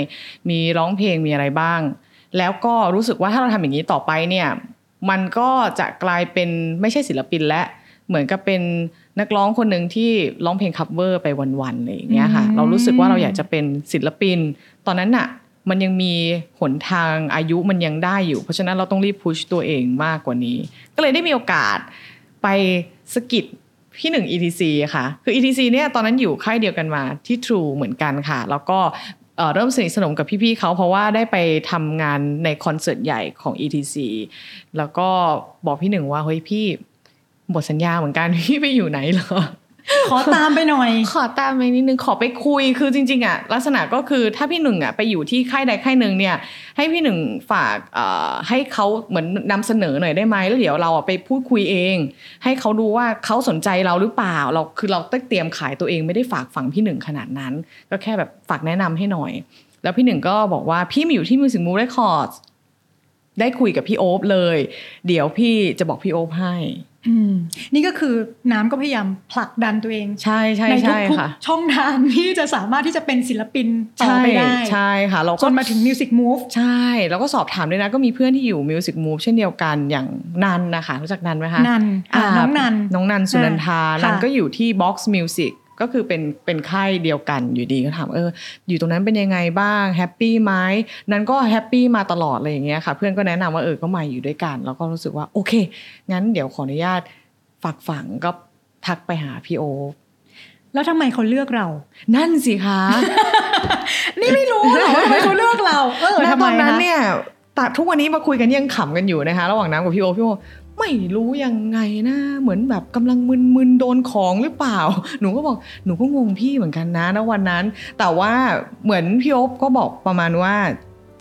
Speaker 3: มีร้องเพลงมีอะไรบ้าง แล้วก็รู้สึกว่าถ้าเราทำอย่างนี้ต่อไปเนี่ย มันก็จะกลายเป็นไม่ใช่ศิลปินและ เหมือนกับเป็นนักร้องคนหนึ่งที่ร้องเพลงคัฟเวอร์ไปวันๆอะไรอย่างเงี้ยค่ะ เรารู้สึกว่าเราอยากจะเป็นศิลปิน ตอนนั้นน่ะ มันยังมีหนทางอายุมันยังได้อยู่ เพราะฉะนั้นเราต้องรีบพุชตัวเองมากกว่านี้ ก็เลยได้มีโอกาสไปสกิดพี่หนึ่ง ETC อะค่ะ คือ ETC เนี่ยตอนนั้นอยู่ค่ายเดียวกันมาที่ True เหมือนกันค่ะ แล้วก็เอ่อเริ่มสนิทสนมกับพี่ๆเขาเพราะว่าได้ไปทำงานในคอนเสิร์ตใหญ่ของ ETC แล้วก็บอกพี่หนึ่งว่าเฮ้ยพี่หมดสัญญาเหมือน กัน พี่ไปอยู่ไหนเหรอ
Speaker 2: ขอตามไปหน่อย
Speaker 3: ขอตามไปนิดนึงขอไปคุยคือจริงๆอ่ะลักษณะก็คือถ้าพี่หนึ่งอ่ะไปอยู่ที่ค่ายใดค่ายหนึ่งเนี่ยให้พี่หนึ่งฝากเอ่อให้เขาเหมือนนำเสนอหน่อยได้ไหมแล้วเดี๋ยวเราอ่ะไปพูดคุยเอง ให้เขาดูว่าเขาสนใจเราหรือเปล่าเราคือเราต้องเตรียมขายตัวเองไม่ได้ฝากฝั่งพี่หนึ่งขนาดนั้น ก็แค่แบบฝากแนะนำให้หน่อย แล้วพี่หนึ่งก็บอกว่าพี่มาอยู่ที่ Music Move Records ได้คุยกับพี่โอ๊บเลย เดี๋ยวพี่จะบอกพี่โอ๊บให้
Speaker 2: อืมนี่ก็คือน้ำก็พยายามผลักดันตัวเอง
Speaker 3: ใช่ใช่
Speaker 2: ทุ
Speaker 3: ใช่
Speaker 2: ก
Speaker 3: ค่ะ
Speaker 2: ๆช่องทางที่จะสามารถที่จะเป็นศิลปินต่อ
Speaker 3: ใช่
Speaker 2: ไปได้
Speaker 3: ใช่ค่ะเรา
Speaker 2: จ
Speaker 3: ก็
Speaker 2: นมาถึง Music Move
Speaker 3: ใช่ แล้วก็สอบถามด้วยนะ ก็มีเพื่อนที่อยู่ Music Move เช่นเดียวกันอย่างนันนะคะรู้จักนันไหมคะ
Speaker 2: นันอ่ะ
Speaker 3: า
Speaker 2: น้องนัน
Speaker 3: น้องนันสุนันทา
Speaker 2: อ่าค่ะ
Speaker 3: นันก็อยู่ที่ Box Music ก็คือเป็นเป็นค่ายเดียวกันอยู่ดีก็ถามเอออยู่ตรงนั้นเป็นยังไงบ้างแฮปปี้ไหมนันก็แฮปปี้มาตลอดอะไรอย่างเงี้ยค่ะ เพื่อนก็แนะนำว่าเออก็มาอยู่ด้วยกัน แล้วก็รู้สึกว่าโอเค งั้นเดี๋ยวขออนุญาตฝากฝังก็ทักไปหาพี่โอ๊ค
Speaker 2: แล้วทำไมเขาเลือกเรา
Speaker 3: นั่นสิคะ
Speaker 2: นี่ไม่รู้เหรอว่าทำไมเขาเลือกเรา เออ
Speaker 3: ณ
Speaker 2: ทำ
Speaker 3: ต
Speaker 2: ไม
Speaker 3: อนนั้น
Speaker 2: คะ
Speaker 3: เนี่ยแต่ทุกวันนี้มาคุยกันยังขำกันอยู่นะคะ ระหว่างน้ำกับพี่โอพี่โอไม่รู้ยังไงนะ เหมือนแบบกำลังมึนๆโดนของหรือเปล่า หนูก็บอกหนูก็งงพี่เหมือนกันนะณวันนั้น แต่ว่าเหมือนพี่โอก็บอกประมาณว่า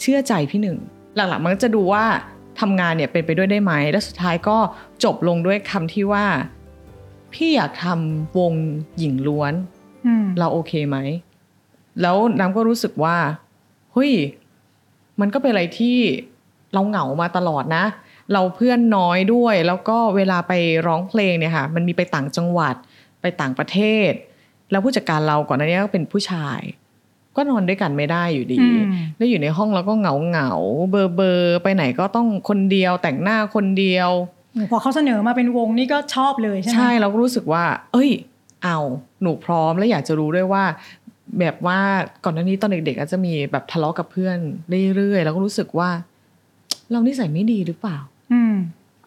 Speaker 3: เชื่อใจพี่หนึ่ง หลังๆมันก็จะดูว่าทำงานเนี่ยเป็นไปด้วยได้ไหม และสุดท้ายก็จบลงด้วยคำที่ว่า พี่อยากทำวงหญิงล้วน
Speaker 2: อืม
Speaker 3: เราโอเคไหม แล้วน้ำก็รู้สึกว่า เฮ้ย มันก็เป็นอะไรที่เราเหงามาตลอดนะ เราเพื่อนน้อยด้วย แล้วก็เวลาไปร้องเพลงเนี่ยค่ะ มันมีไปต่างจังหวัด ไปต่างประเทศ แล้วผู้จัดการเราก่อนหน้านี้ก็เป็นผู้ชาย ก็นอนด้วยกันไม่ได้อยู่ดี
Speaker 2: อืม
Speaker 3: แล้วอยู่ในห้องเราก็เหงาเหงาๆเบอร์เบอร์ๆไปไหนก็ต้องคนเดียวแต่งหน้าคนเดียว
Speaker 2: พอเขาเสนอมาเป็นวงนี่ก็ชอบเลยใช่ไหม
Speaker 3: ใช่เราก็รู้สึกว่า เอ้ย เอาหนูพร้อมและอยากจะรู้ด้วยว่า แบบว่าก่อนหน้านี้ตอนเด็กๆอาจจะมีแบบทะเลาะกับเพื่อนเรื่อยๆแล้วก็รู้สึกว่า เรานิสัยไม่ดีหรือเปล่า
Speaker 2: อืม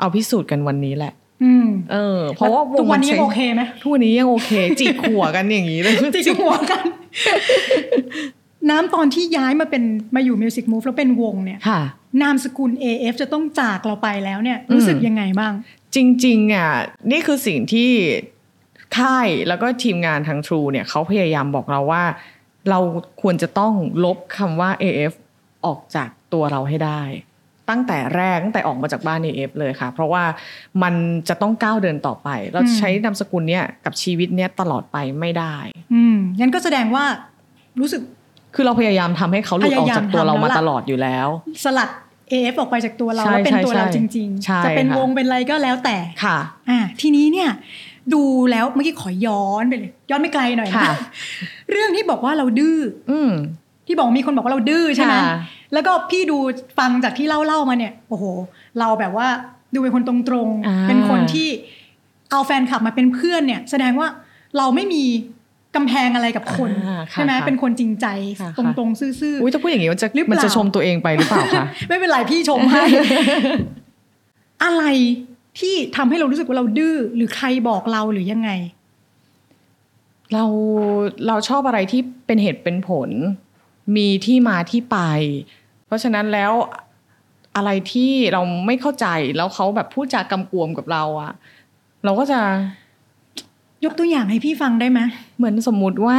Speaker 3: เอาพิสูจน์กันวันนี้แหละ
Speaker 2: อืม
Speaker 3: เออ เพราะว่า
Speaker 2: ทุกวันนี้
Speaker 3: มั
Speaker 2: ยัง
Speaker 3: ใช้
Speaker 2: โอเคไหม
Speaker 3: ทุกวันนี้ ยังโอเค จิกหัวกันอย่างนี้เลย
Speaker 2: จิกหัวกัน น้ำตอนที่ย้ายมาเป็นมาอยู่ Music Move แล้วเป็นวงเนี่ย
Speaker 3: ค่ะ
Speaker 2: นามสกุล AF จะต้องจากเราไปแล้วเนี่ย รู้สึกยังไงบ้าง
Speaker 3: จริงๆอ่ะนี่คือสิ่งที่ค่ายแล้วก็ทีมงานทาง True เนี่ยเขาพยายามบอกเราว่า เราควรจะต้องลบคำว่า AF ออกจากตัวเราให้ได้ ตั้งแต่แรกตั้งแต่ออกมาจากบ้าน AF เลยค่ะ เพราะว่ามันจะต้องก้าวเดินต่อไป เราจะใช้นามสกุลเนี่ยกับชีวิตเนี่ยตลอดไปไม่ได้
Speaker 2: อืมงั้นก็แสดงว่ารู้สึก
Speaker 3: คือเราพยายามทำให้เขาหลุดออกจากตัวเรามา
Speaker 2: พยายามทำแล้วล่ะ
Speaker 3: ตลอดอยู่แล้ว
Speaker 2: สลัด AF ออกไปจากตัวเรา
Speaker 3: ใช่
Speaker 2: แล้วเป็น
Speaker 3: ใช่
Speaker 2: ตัวเรา
Speaker 3: ใช่
Speaker 2: จริง
Speaker 3: ใช่
Speaker 2: ๆ จะเป็น
Speaker 3: ค่ะ
Speaker 2: วงเป็นอะไรก็แล้วแต่
Speaker 3: ค่ะ
Speaker 2: อ่าทีนี้เนี่ยดูแล้วเมื่อกี้ขอย้อนไปเลย ย้อนไม่ไกลหน่อยนะ
Speaker 3: ค่ะ
Speaker 2: เรื่องที่บอกว่าเราดื้อ
Speaker 3: อืม
Speaker 2: ที่บอกมีคนบอกว่าเราดื้อใช่ไหม
Speaker 3: ค่ะ
Speaker 2: แล้วก็พี่ดูฟังจากที่เล่าเล่าๆมาเนี่ยโอ้โห เราแบบว่าดูเป็นคนตรง
Speaker 3: อ่า
Speaker 2: ๆเป็นคนที่เอาแฟนคลับมาเป็นเพื่อนเนี่ย แสดงว่าเราไม่มีกำแพงอะไรกับคน
Speaker 3: อ่าค่ะ
Speaker 2: ใช่ไหม
Speaker 3: ค่ะ
Speaker 2: เป็นคนจริงใจ
Speaker 3: ค่ะ
Speaker 2: ต
Speaker 3: ค่ะ
Speaker 2: รงๆซื่อ
Speaker 3: อุ้ยถ้าพูดอย่างนี้มันจะ
Speaker 2: หรือเปล่ามั
Speaker 3: มันจะชมตัวเองไปหรือเปล่าคะ
Speaker 2: ๆ ไม่เป็นไรพี่ชม ให้ อะไรที่ทำให้เรารู้สึกว่าเราดื้อหรือใครบอกเราหรือยังไง
Speaker 3: เราเราชอบอะไรที่เป็นเหตุเป็นผล มีที่มาที่ไป เพราะฉะนั้นแล้วอะไรที่เราไม่เข้าใจแล้วเขาแบบพูดจากกำกวมกับเราอะเราก็จะ
Speaker 2: ยกตัวอย่างให้พี่ฟังได้ไหม
Speaker 3: เหมือนสมมุติว่า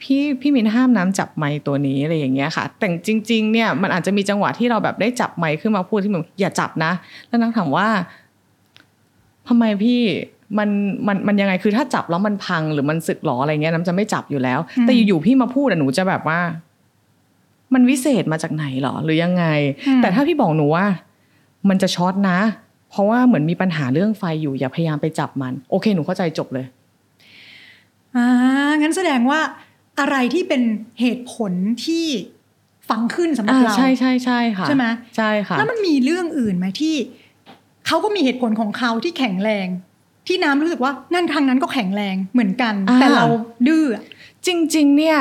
Speaker 3: พี่พี่มินห้ามน้ำจับไม้ตัวนี้อะไรอย่างเงี้ยค่ะ แต่จริง ๆ เนี่ยมันอาจจะมีจังหวะที่เราแบบได้จับไม้ขึ้นมาพูดที่มันอย่าจับนะ แล้วนังถามว่าทำไมพี่มันมันมันยังไงคือถ้าจับแล้วมันพังหรือมันสึกหรออะไรเงี้ยน้ำจะไม่จับอยู่แล้ว แต่อยู่ๆพี่มาพูดอะหนูจะแบบว่า มันวิเศษมาจากไหนหรอ หรือยังไง แต่ถ้าพี่บอกหนูว่า มันจะช็อตนะ เพราะว่าเหมือนมีปัญหาเรื่องไฟอยู่อย่าพยายามไปจับมัน โอเคหนูเข้าใจจบเลย
Speaker 2: อ่างั้นแสดงว่าอะไรที่เป็นเหตุผลที่ฝังขึ้นสำหรับ
Speaker 3: อ่า
Speaker 2: เรา
Speaker 3: ใช่ใช่ใช่ค่ะ
Speaker 2: ใช่ไหม
Speaker 3: ใช่ค่ะ
Speaker 2: แล้วมันมีเรื่องอื่นไหมที่เขาก็มีเหตุผลของเขาที่แข็งแรง ที่น้ำรู้สึกว่านั่นครั้งนั้นก็แข็งแรงเหมือนกัน
Speaker 3: อ่า
Speaker 2: แต่เราดื้ออะ
Speaker 3: จริง ๆ เนี่ย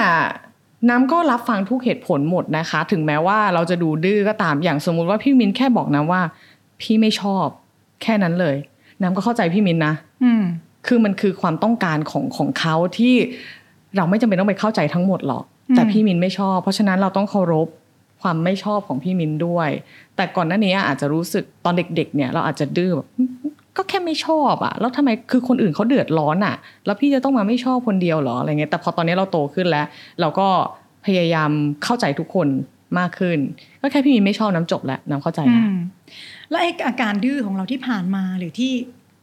Speaker 3: น้ำก็รับฟังทุกเหตุผลหมดนะคะ ถึงแม้ว่าเราจะดูดื้อก็ตามอย่างสมมุติว่าพี่มินแค่บอกน้ำว่า พี่ไม่ชอบ แค่นั้นเลย น้ำก็เข้าใจพี่มินนะ
Speaker 2: อืม
Speaker 3: คือมันคือความต้องการของของเขาที่เราไม่จำเป็นต้องไปเข้าใจทั้งหมดหรอก
Speaker 2: อืม
Speaker 3: แต่พี่มินไม่ชอบ เพราะฉะนั้นเราต้องเคารพความไม่ชอบของพี่มินด้วย แต่ก่อนหน้านี้อาจจะรู้สึกตอนเด็ก ๆ เนี่ยเราอาจจะดื้อแบบก็แค่ไม่ชอบอะแล้วทำไมคือคนอื่นเขาเดือดร้อนอะแล้วพี่จะต้องมาไม่ชอบคนเดียวเหรออะไรเงี้ยแต่พอตอนนี้เราโตขึ้นแล้ว เราก็พยายามเข้าใจทุกคนมากขึ้น ก็แค่พี่มินไม่ชอบน้ำจบแล้วน้ำเข้าใจ
Speaker 2: อื
Speaker 3: นะ
Speaker 2: มแล้วไอ้อาการดื้อของเราที่ผ่านมาหรือที่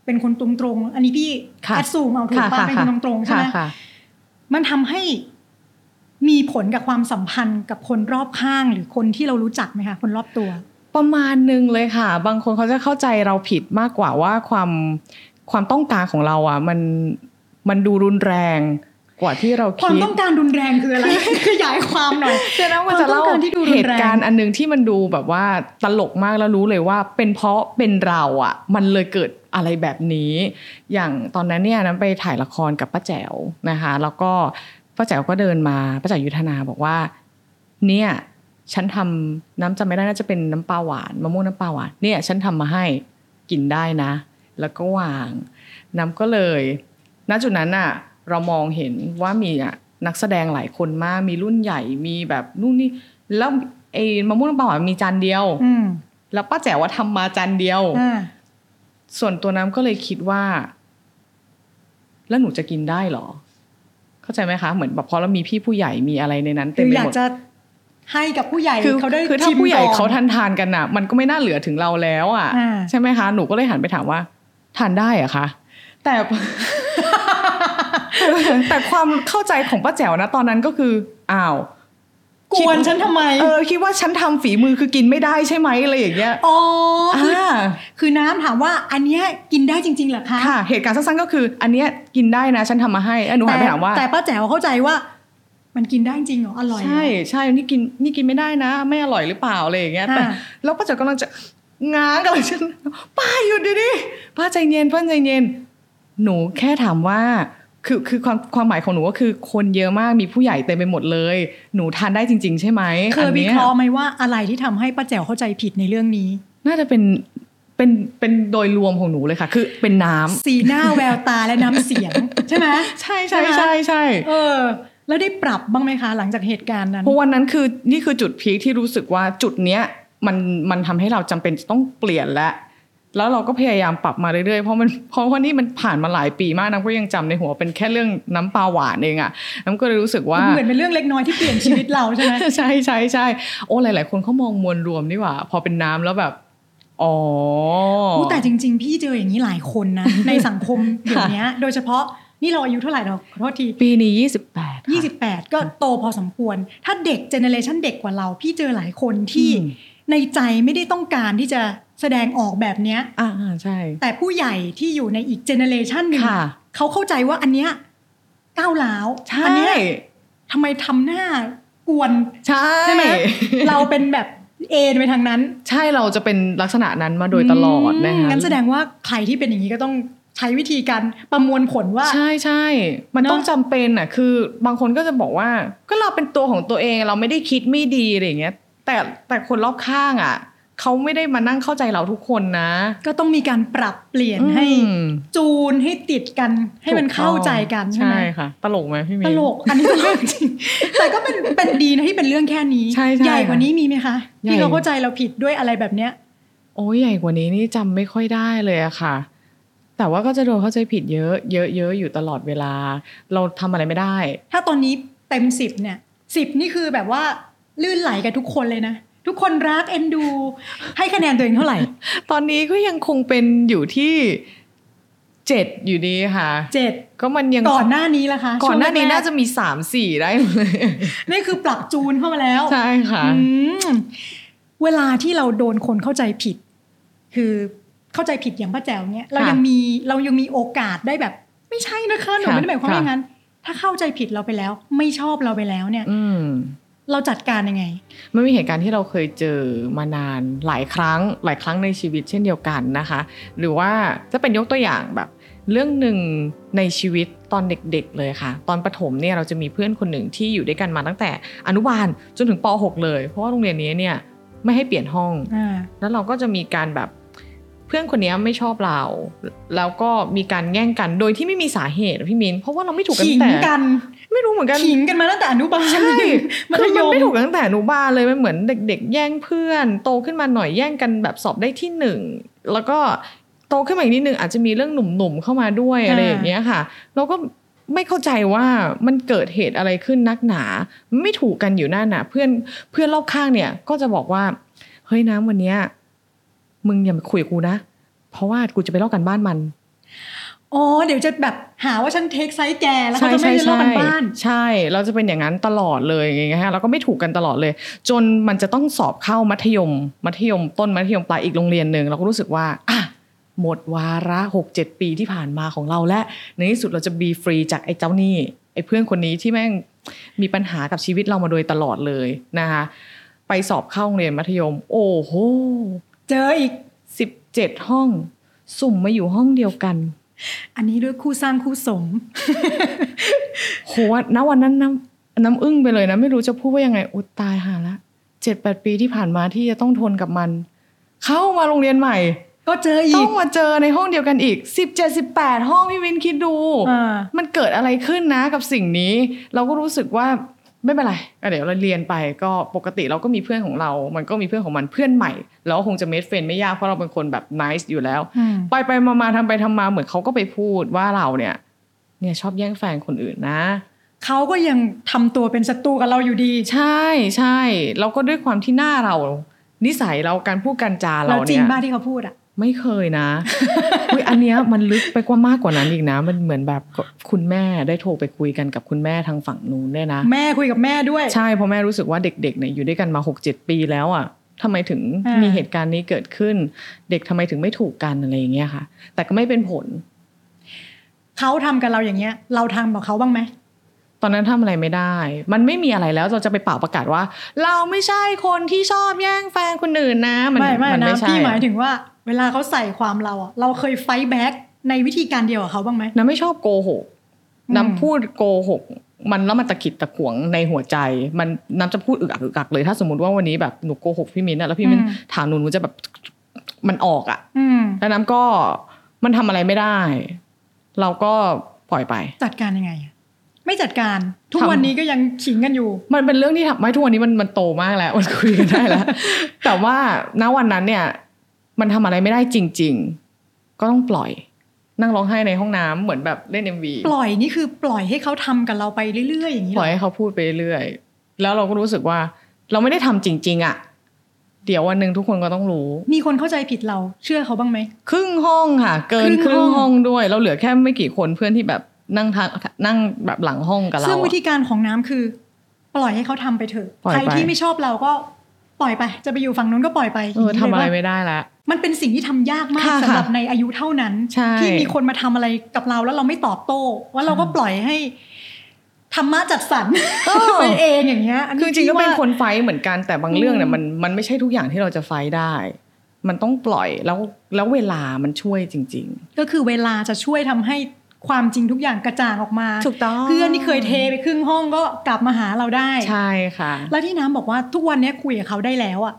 Speaker 2: เป็นคนตรงๆอันนี้พี่
Speaker 3: ค่ะ
Speaker 2: แอดซูมเอาถูกป้าเป็นคนตรงๆใช่ไหม
Speaker 3: ค่ะ
Speaker 2: มันทำให้ มีผลกับความสัมพันธ์กับคนรอบข้างหรือคนที่เรารู้จักไหมคะ คนรอบตัว
Speaker 3: ประมาณหนึ่งเลยค่ะ บางคนเขาจะเข้าใจเราผิดมากกว่าว่าความความต้องการของเราอ่ะมันมันดูรุนแรงกว่าที่เราคิด
Speaker 2: ความต้องการรุนแรงคืออะไร ขยายความหน่อย
Speaker 3: เดี๋ยวนะมันจะเล่า
Speaker 2: ความต้องการที่ดูรุนแรง
Speaker 3: เหตุการณ์อันหนึงที่มันดูแบบว่าตลกมากแล้วรู้เลยว่า เป็นเพราะเป็นเราอ่ะ มันเลยเกิดอะไรแบบนี้ อย่างตอนนั้นเนี่ยน้ำไปถ่ายละครกับป้าแจ๋วนะคะ แล้วก็ป้าแจ๋วก็เดินมาป้าแจ๋วยุทธนาบอกว่า เนี่ย ฉันทำน้ำจำไม่ได้น่าจะเป็นน้ำปลาหวานมะม่วงน้ำปลาหวานเนี่ย ฉันทำมาให้กินได้นะ แล้วก็วางน้ำก็เลย ณจุดนั้นน่ะเรามองเห็นว่ามีอ่ะนักแสดงหลายคนมากมีรุ่นใหญ่มีแบบนู่นนี่แล้วไอ้มะม่วงน้ำปลาหวานมีจานเดียว
Speaker 2: อืม
Speaker 3: แล้วป้าแจ๋วว่าทำมาจานเดียว
Speaker 2: อ่า
Speaker 3: ส่วนตัวน้ำก็เลยคิดว่า แล้วหนูจะกินได้เหรอ เข้าใจไหมคะ เหมือนแบบพอเรามีพี่ผู้ใหญ่มีอะไรในนั้นเต็
Speaker 2: คือ
Speaker 3: มไป
Speaker 2: อยา
Speaker 3: ห
Speaker 2: ก
Speaker 3: มด
Speaker 2: จะให้กับผู้ใหญ่
Speaker 3: คือ
Speaker 2: เขาได้
Speaker 3: คือถ้า
Speaker 2: ชิม
Speaker 3: ผู้ใหญ่
Speaker 2: ก่อน
Speaker 3: เขาทานทานๆกันน่ะ มันก็ไม่น่าเหลือถึงเราแล้วอ่ะ
Speaker 2: อ่า
Speaker 3: ใช่ไหมคะ หนูก็เลยหันไปถามว่า ทานได้เหรอะคะ แต่ แต่ความเข้าใจของป้าแจ๋วนะตอนนั้นก็คืออ้าว
Speaker 2: กวนฉันทำไม
Speaker 3: เออคิดว่าฉันทำฝีมือคือกินไม่ได้ใช่ไหมอะไรอย่างเงี้ย
Speaker 2: อ๋อคือ
Speaker 3: อ่า
Speaker 2: คือน้ำถามว่าอันเนี้ยกินได้จริงๆเหรอคะ
Speaker 3: ค่ะ เหตุการณ์สั้นๆก็คือ อันเนี้ยกินได้นะ ฉันทำมาให้เอ้ยหนูหันไปถามว่า
Speaker 2: แต่แต่ป้าแจ๋วเข้าใจว่า มันกินได้จริงเหรออร่อยเหรอ
Speaker 3: ใช่ใช่นี่กินนี่กินไม่ได้นะ ไม่อร่อยหรือเปล่าอะไรอย่างเงี้ยแต่
Speaker 2: อ่า
Speaker 3: แล้วป้าจ๋ากำลังจะง้างกันเลยฉันป้าหยุดเดิดิป้าใจเย็นป้าใจเย็น หนูแค่ถามว่า คือคือความความหมายของหนูก็คือคนเยอะมากมีผู้ใหญ่เต็มไปหมดเลย หนูทานได้จริง ๆ ใช่ไหม
Speaker 2: เคย
Speaker 3: อัน
Speaker 2: วิ
Speaker 3: นี้
Speaker 2: เคราะห์ไหมว่าอะไรที่ทำให้ป้าแจ๋วเข้าใจผิดในเรื่องนี้
Speaker 3: น่าจะเป็นเป็นเป็นโดยรวมของหนูเลยค่ะ คือเป็นน้ำ
Speaker 2: สีหน้าแววตาและน้ำเสียง ใช่ไหม
Speaker 3: ใช่ใช่ใช่ใช่
Speaker 2: เออ แล้วได้ปรับบ้างไหมคะ หลังจากเหตุการณ์นั้น
Speaker 3: เพราะวันนั้นคือนี่คือจุดพีคที่รู้สึกว่าจุดเนี้ยมันมันทำให้เราจำเป็นจะต้องเปลี่ยนและแล้วเราก็พยายามปรับมาเรื่อยๆเพราะมันเพราะว่านี่มันผ่านมาหลายปีมากน้ำก็ยังจำในหัวเป็นแค่เรื่องน้ำปลาหวานเองอะน้ำก็เลยรู้สึก ว่า
Speaker 2: เหมือนเป็นเรื่องเล็กน้อยที่เปลี่ยนชีวิตเราใช่ไหม
Speaker 3: ใช่ใช่ใช่โอ้หลาย ๆ คนเขามองมวลรวมนี่หว่า พอเป็นน้ำแล้วแบบอ๋อ อ
Speaker 2: อู้แต่จริง ๆ พี่เจออย่างนี้หลายคนนะ ในสังคมเดี๋ยว
Speaker 3: ค่ะ
Speaker 2: นี้โดยเฉพาะนี่เราอายุเท่าไหร่เราขอโทษที
Speaker 3: ปีนี้ยี่สิบแปด
Speaker 2: 28 ก็โตพอสมควร ถ้าเด็กเจเนเรชันเด็กกว่าเรา พี่เจอหลายคนที่
Speaker 3: อืม
Speaker 2: ในใจไม่ได้ต้องการที่จะแสดงออกแบบเนี้ย
Speaker 3: อ่าอ่าใช่
Speaker 2: แต่ผู้ใหญ่ที่อยู่ในอีกเจเนเรชันหนึ่ง
Speaker 3: ค่ะ
Speaker 2: เขาเข้าใจว่าอันเนี้ยก้าวร้าว
Speaker 3: ใช่
Speaker 2: อัเนี้ยทำไมทำหน้ากวน
Speaker 3: ใช่
Speaker 2: ใช่ไหมเราเป็นแบบเอนไปทางนั้น
Speaker 3: ใช่เราจะเป็นลักษณะนั้นมาโดยตลอดนะคะ
Speaker 2: งั้นแสดงว่าใครที่เป็นอย่างนี้ก็ต้องใช้วิธีการประมวลผลว่า
Speaker 3: ใช่ใช่ มัน
Speaker 2: เนอะ
Speaker 3: ต้องจำเป็นอ่ะ คือบางคนก็จะบอกว่า ก็เราเป็นตัวของตัวเองเราไม่ได้คิดไม่ดีอะไรอย่างเงี้ย แต่แต่คนรอบข้างอ่ะเขาไม่ได้มานั่งเข้าใจเราทุกคนนะ
Speaker 2: ก็ต้องมีการปรับเปลี่ยนให้
Speaker 3: อืม
Speaker 2: จูนให้ติดกันให้มันเข้าใจกันใช่ไหม
Speaker 3: ใช่ค่ะ ตลกไหมพี่มิ้น
Speaker 2: ตลกอันนี้ตลกจริง แต่ก็เป็นเป็นดีนะที่เป็นเรื่องแค่นี้
Speaker 3: ใช่ใช่
Speaker 2: ญ่กว่านี้มีไหมคะ
Speaker 3: ใหญ่
Speaker 2: ที่เขาเข้าใจเราผิดด้วยอะไรแบบเนี้ย
Speaker 3: โอ้ยใหญ่กว่านี้นี่จำไม่ค่อยได้เลยอะค่ะ แต่ว่าก็จะโดนเข้าใจผิดเยอะ เยอะเยอะอยู่ตลอดเวลา เราทำอะไรไม่ได้
Speaker 2: ถ้าตอนนี้เต็มสิบเนี่ยสิบนี่คือแบบว่าลื่นไหลกับทุกคนเลยนะ ทุกคนรักเอ็นดู ให้คะแนนตัวเองเท่าไหร่
Speaker 3: ตอนนี้ก็ยังคงเป็นอยู่ที่เจ็ดอยู่ดีค่ะ
Speaker 2: เจ็ด
Speaker 3: ก็มันยัง
Speaker 2: ก่อนหน้านี้ละคะ
Speaker 3: ก่อนหน้านี้
Speaker 2: ช่วงแรกๆ
Speaker 3: น่าจะมีสามสี่ได้เลย
Speaker 2: นี่คือปรับจูนเข้ามาแล้ว
Speaker 3: ใช่ค่ะ
Speaker 2: อืมเวลาที่เราโดนคนเข้าใจผิด คือเข้าใจผิดอย่างป้าแจ๋วเนี่ยเรายังมีเรายังมีโอกาสได้แบบ ไม่ใช่นะคะหนู
Speaker 3: ค่ะ
Speaker 2: ไม่ได้หมายความว่าอ
Speaker 3: ค่ะ
Speaker 2: ย่างนั้น ถ้าเข้าใจผิดเราไปแล้ว ไม่ชอบเราไปแล้วเนี่ย
Speaker 3: อืม
Speaker 2: เราจัดการยังไง
Speaker 3: มันมีเหตุการณ์ที่เราเคยเจอมานานหลายครั้ง หลายครั้งในชีวิตเช่นเดียวกันนะคะ หรือว่าจะเป็นยกตัวอย่างแบบ เรื่องหนึ่งในชีวิตตอนเด็กๆเลยค่ะ ตอนประถมเนี่ยเราจะมีเพื่อนคนหนึ่งที่อยู่ด้วยกันมาตั้งแต่อนุบาลจนถึงป .6 เลย เพราะว่าโรงเรียนนี้เนี่ยไม่ให้เปลี่ยนห้อง
Speaker 2: อ่า
Speaker 3: แล้วเราก็จะมีการแบบเพื่อนคนเนี้ยไม่ชอบเรา แล้วก็มีการแย่งกันโดยที่ไม่มีสาเหตุอะพี่มินเพราะว่าเราไม่ถูกกัน
Speaker 2: ขิง
Speaker 3: ตั้งแต่
Speaker 2: กัน
Speaker 3: ไม่รู้เหมือนกัน
Speaker 2: ขิงกันมาตั้งแต่อนุบาล
Speaker 3: ใช่
Speaker 2: มัธ
Speaker 3: คือมัน
Speaker 2: ยม
Speaker 3: ไม่ถูกตั้งแต่อนุบาลเลยมันเหมือนเด็ก ๆ แย่งเพื่อน โตขึ้นมาหน่อยแย่งกันแบบสอบได้ที่หนึ่งแล้วก็โตขึ้นมาอีกนิดนึงอาจจะมีเรื่องหนุ่มๆเข้ามาด้วยอะไรอย่างเงี้ยค่ะ เราก็ไม่เข้าใจว่ามันเกิดเหตุอะไรขึ้นนักหนาไม่ถูกกันอยู่หน้าหนาเพื่อนเพื่อนรอบข้างเนี่ย ก็จะบอกว่าเฮ้ยน้ำวันเนี้ยมึงอย่ามาคุยกับกูนะ เพราะว่ากูจะไปลอกกันบ้านมัน
Speaker 2: อ๋อเดี๋ยวจะแบบหาว่าฉันเทคไซส์แกแล้วก็จะไม่ได้เล่ากันบ้าน
Speaker 3: ใช่ เราจะเป็นอย่างนั้นตลอดเลยอย่างเงี้ยฮะเราก็ไม่ถูกกันตลอดเลย จนมันจะต้องสอบเข้ามัธยม มัธยมต้นมัธยมปลายอีกโรงเรียนหนึ่งเราก็รู้สึกว่าอ่ะหมดวาระ6 7 ปีที่ผ่านมาของเราและ ในที่สุดเราจะบีฟรีจากไอ้เจ้าหนี้ไอ้เพื่อนคนนี้ที่แม่งมีปัญหากับชีวิตเรามาโดยตลอดเลยนะคะไปสอบเข้าโรงเรียนมัธยม โอ้โห
Speaker 2: เจออีก
Speaker 3: สิบเจ็ดห้อง สุ่มมาอยู่ห้องเดียวกัน
Speaker 2: อันนี้ด้วยคู่สร้างคู่สม
Speaker 3: โหณวันนั้นน้ำน้ำอึ้งไปเลยนะ ไม่รู้จะพูดว่ายังไงอุยตายหาละเจ็ดแปดปีที่ผ่านมาที่จะต้องทนกับมัน เข้ามาโรงเรียนใหม่
Speaker 2: ก็เจออี
Speaker 3: ต้อก งมาเจอในห้องเดียวกันอีกสิบเจ็ดสิบแปดห้องพี่วินคิดดู
Speaker 2: อ่า
Speaker 3: มันเกิดอะไรขึ้นนะกับสิ่งนี้ เราก็รู้สึกว่าไม่เป็นไรก็เดี๋ยวเราเรียนไปก็ปกติเราก็มีเพื่อนของเรา มันก็มีเพื่อนของมันเพื่อนใหม่เราก็คงจะเมดเฟนไม่ยากเพราะเราเป็นคนแบบนิสอยู่แล้ว
Speaker 2: อืม
Speaker 3: ไปไปมามาทำไปทำมาเหมือนเขาก็ไปพูดว่าเราเนี่ย เนี่ยชอบแย่งแฟนคนอื่นนะ
Speaker 2: เขาก็ยังทำตัวเป็นศัตรูกับเราอยู่ดี
Speaker 3: ใช่ใช่แล้วก็ด้วยความที่หน้าเรา นิสัยเราการพูดการจา
Speaker 2: เรา
Speaker 3: เรา
Speaker 2: จริ
Speaker 3: เนี่
Speaker 2: ง
Speaker 3: ย
Speaker 2: บ้าที่เขาพูดอ่ะ
Speaker 3: ไม่เคยนะ อุ้ยอันเนี้ยมันลึกไปกว่ามากกว่านั้นอีกนะ มันเหมือนแบบคุณแม่ได้โทรไปคุยกันกับคุณแม่ทางฝั่งนู้นด้วยนะ
Speaker 2: แม่คุยกับแม่ด้วย
Speaker 3: ใช่เพราะแม่รู้สึกว่าเด็กๆเนี่ยอยู่ด้วยกันมา 6 7 ปีแล้วอ่ะทำไมถึง
Speaker 2: อ่ามี
Speaker 3: มีเหตุการณ์นี้เกิดขึ้น เด็กทำไมถึงไม่ถูกกันอะไรอย่างเงี้ยค่ะ แต่ก็ไม่เป็นผล
Speaker 2: เขาทำกับเราอย่างเงี้ย เราทำกับเขาบ้างไหม
Speaker 3: ตอนนั้นทำอะไรไม่ได้ มันไม่มีอะไรแล้วเราจะไปเป่าประกาศว่า เราไม่ใช่คนที่ชอบแย่งแฟนคนอื่นนะ มัน
Speaker 2: ไม่ไม่
Speaker 3: น
Speaker 2: นะ
Speaker 3: ใช่
Speaker 2: พี่หมายถึงว่า เวลาเขาใส่ความเราอ่ะเราเคยไฟท์แบ็กในวิธีการเดียวกับเขาบ้างไหม
Speaker 3: น้ำไม่ชอบโกหก
Speaker 2: อืม
Speaker 3: น้ำพูดโกหก มันแล้วมันตะขิดตะขวงในหัวใจ มันน้ำจะพูดอึกอักอึกอักเลย ถ้าสมมติว่าวันนี้แบบหนูโกหกพี่มิ้นท์อะแล้วพี่มิ้นท์ถามหนูหนูจะแบบมันออกอะ
Speaker 2: อืม
Speaker 3: แล้วน้ำก็มันทำอะไรไม่ได้ เราก็ปล่อยไป
Speaker 2: จัดการยังไงอะไม่จัดการทุก
Speaker 3: ทำ
Speaker 2: วันนี้ก็ยังขิงกันอยู่
Speaker 3: มันเป็นเรื่องที่ทำไม่ทุกวันนี้มันมันโตมากแล้ว มันคุยกันได้แล้ว แต่ว่าณวันนั้นเนี่ย มันทำอะไรไม่ได้จริง ๆ ก็ต้องปล่อย นั่งร้องไห้ในห้องน้ำเหมือนแบบเล่นเอ็มวี
Speaker 2: ปล่อยนี่คือปล่อยให้เขาทำกับเราไปเรื่อยๆอย่างนี้
Speaker 3: ป
Speaker 2: เหร
Speaker 3: ล่อ
Speaker 2: อย
Speaker 3: ให้เขาพูดไปเรื่อยแล้วเราก็รู้สึกว่า เราไม่ได้ทำจริง ๆอะเดี๋ยววันหนึ่งทุกคนก็ต้องรู้
Speaker 2: มีคนเข้าใจผิดเราเชื่อเขาบ้างไหม
Speaker 3: ครึ่งห้องค่ะ เกิน
Speaker 2: ค
Speaker 3: ค
Speaker 2: รึ่
Speaker 3: รึ่
Speaker 2: งห้อง
Speaker 3: งห้องด้วย เราเหลือแค่ไม่กี่คนเพื่อนที่แบบนั่งทางนั่งแบบหลังห้องกับเรา
Speaker 2: ซึ่งวิ
Speaker 3: อะ
Speaker 2: ธีการของน้ำคือ ปล่อยให้เขาทำไปเถอะ
Speaker 3: ปล่อย
Speaker 2: ใคร
Speaker 3: ไป
Speaker 2: ที่ไม่ชอบเราก็ปล่อยไป จะไปอยู่ฝั่งนู้นก็ปล่อยไป
Speaker 3: เออทำอะไร
Speaker 2: ย่างนี้เลยว่า
Speaker 3: ไม่ได้แล้ว
Speaker 2: มันเป็นสิ่งที่ทำยากมาก
Speaker 3: ค่ะ
Speaker 2: สำหรับในอายุเท่านั้น
Speaker 3: ใช่
Speaker 2: ที่มีคนมาทำอะไรกับเราแล้วเราไม่ตอบโต้ว่าเราก็ปล่อยให้ธรรมะจัดสรรไปเองอย่างเงี้ยนนี้
Speaker 3: คือจริงๆก็
Speaker 2: พี่
Speaker 3: เป็น
Speaker 2: ว่า
Speaker 3: คนไฟท์เหมือนกันแต่บางเรื่องเนี่
Speaker 2: อื
Speaker 3: ย
Speaker 2: ม
Speaker 3: มันมันไม่ใช่ทุกอย่างที่เราจะไฟท์ได้ มันต้องปล่อยแล้วแล้วเวลามันช่วยจริง
Speaker 2: ก็คือเวลาจะช่วยทำให้ความจริงทุกอย่างกระจ่างออกมา
Speaker 3: ๆ ถูกต้อง
Speaker 2: เพื่อนที่เคยเทไปครึ่งห้องก็กลับมาหาเราได้
Speaker 3: ใช่ค่ะ
Speaker 2: แล้วที่น้ำบอกว่าทุกวันนี้คุยกับเขาได้แล้วอะ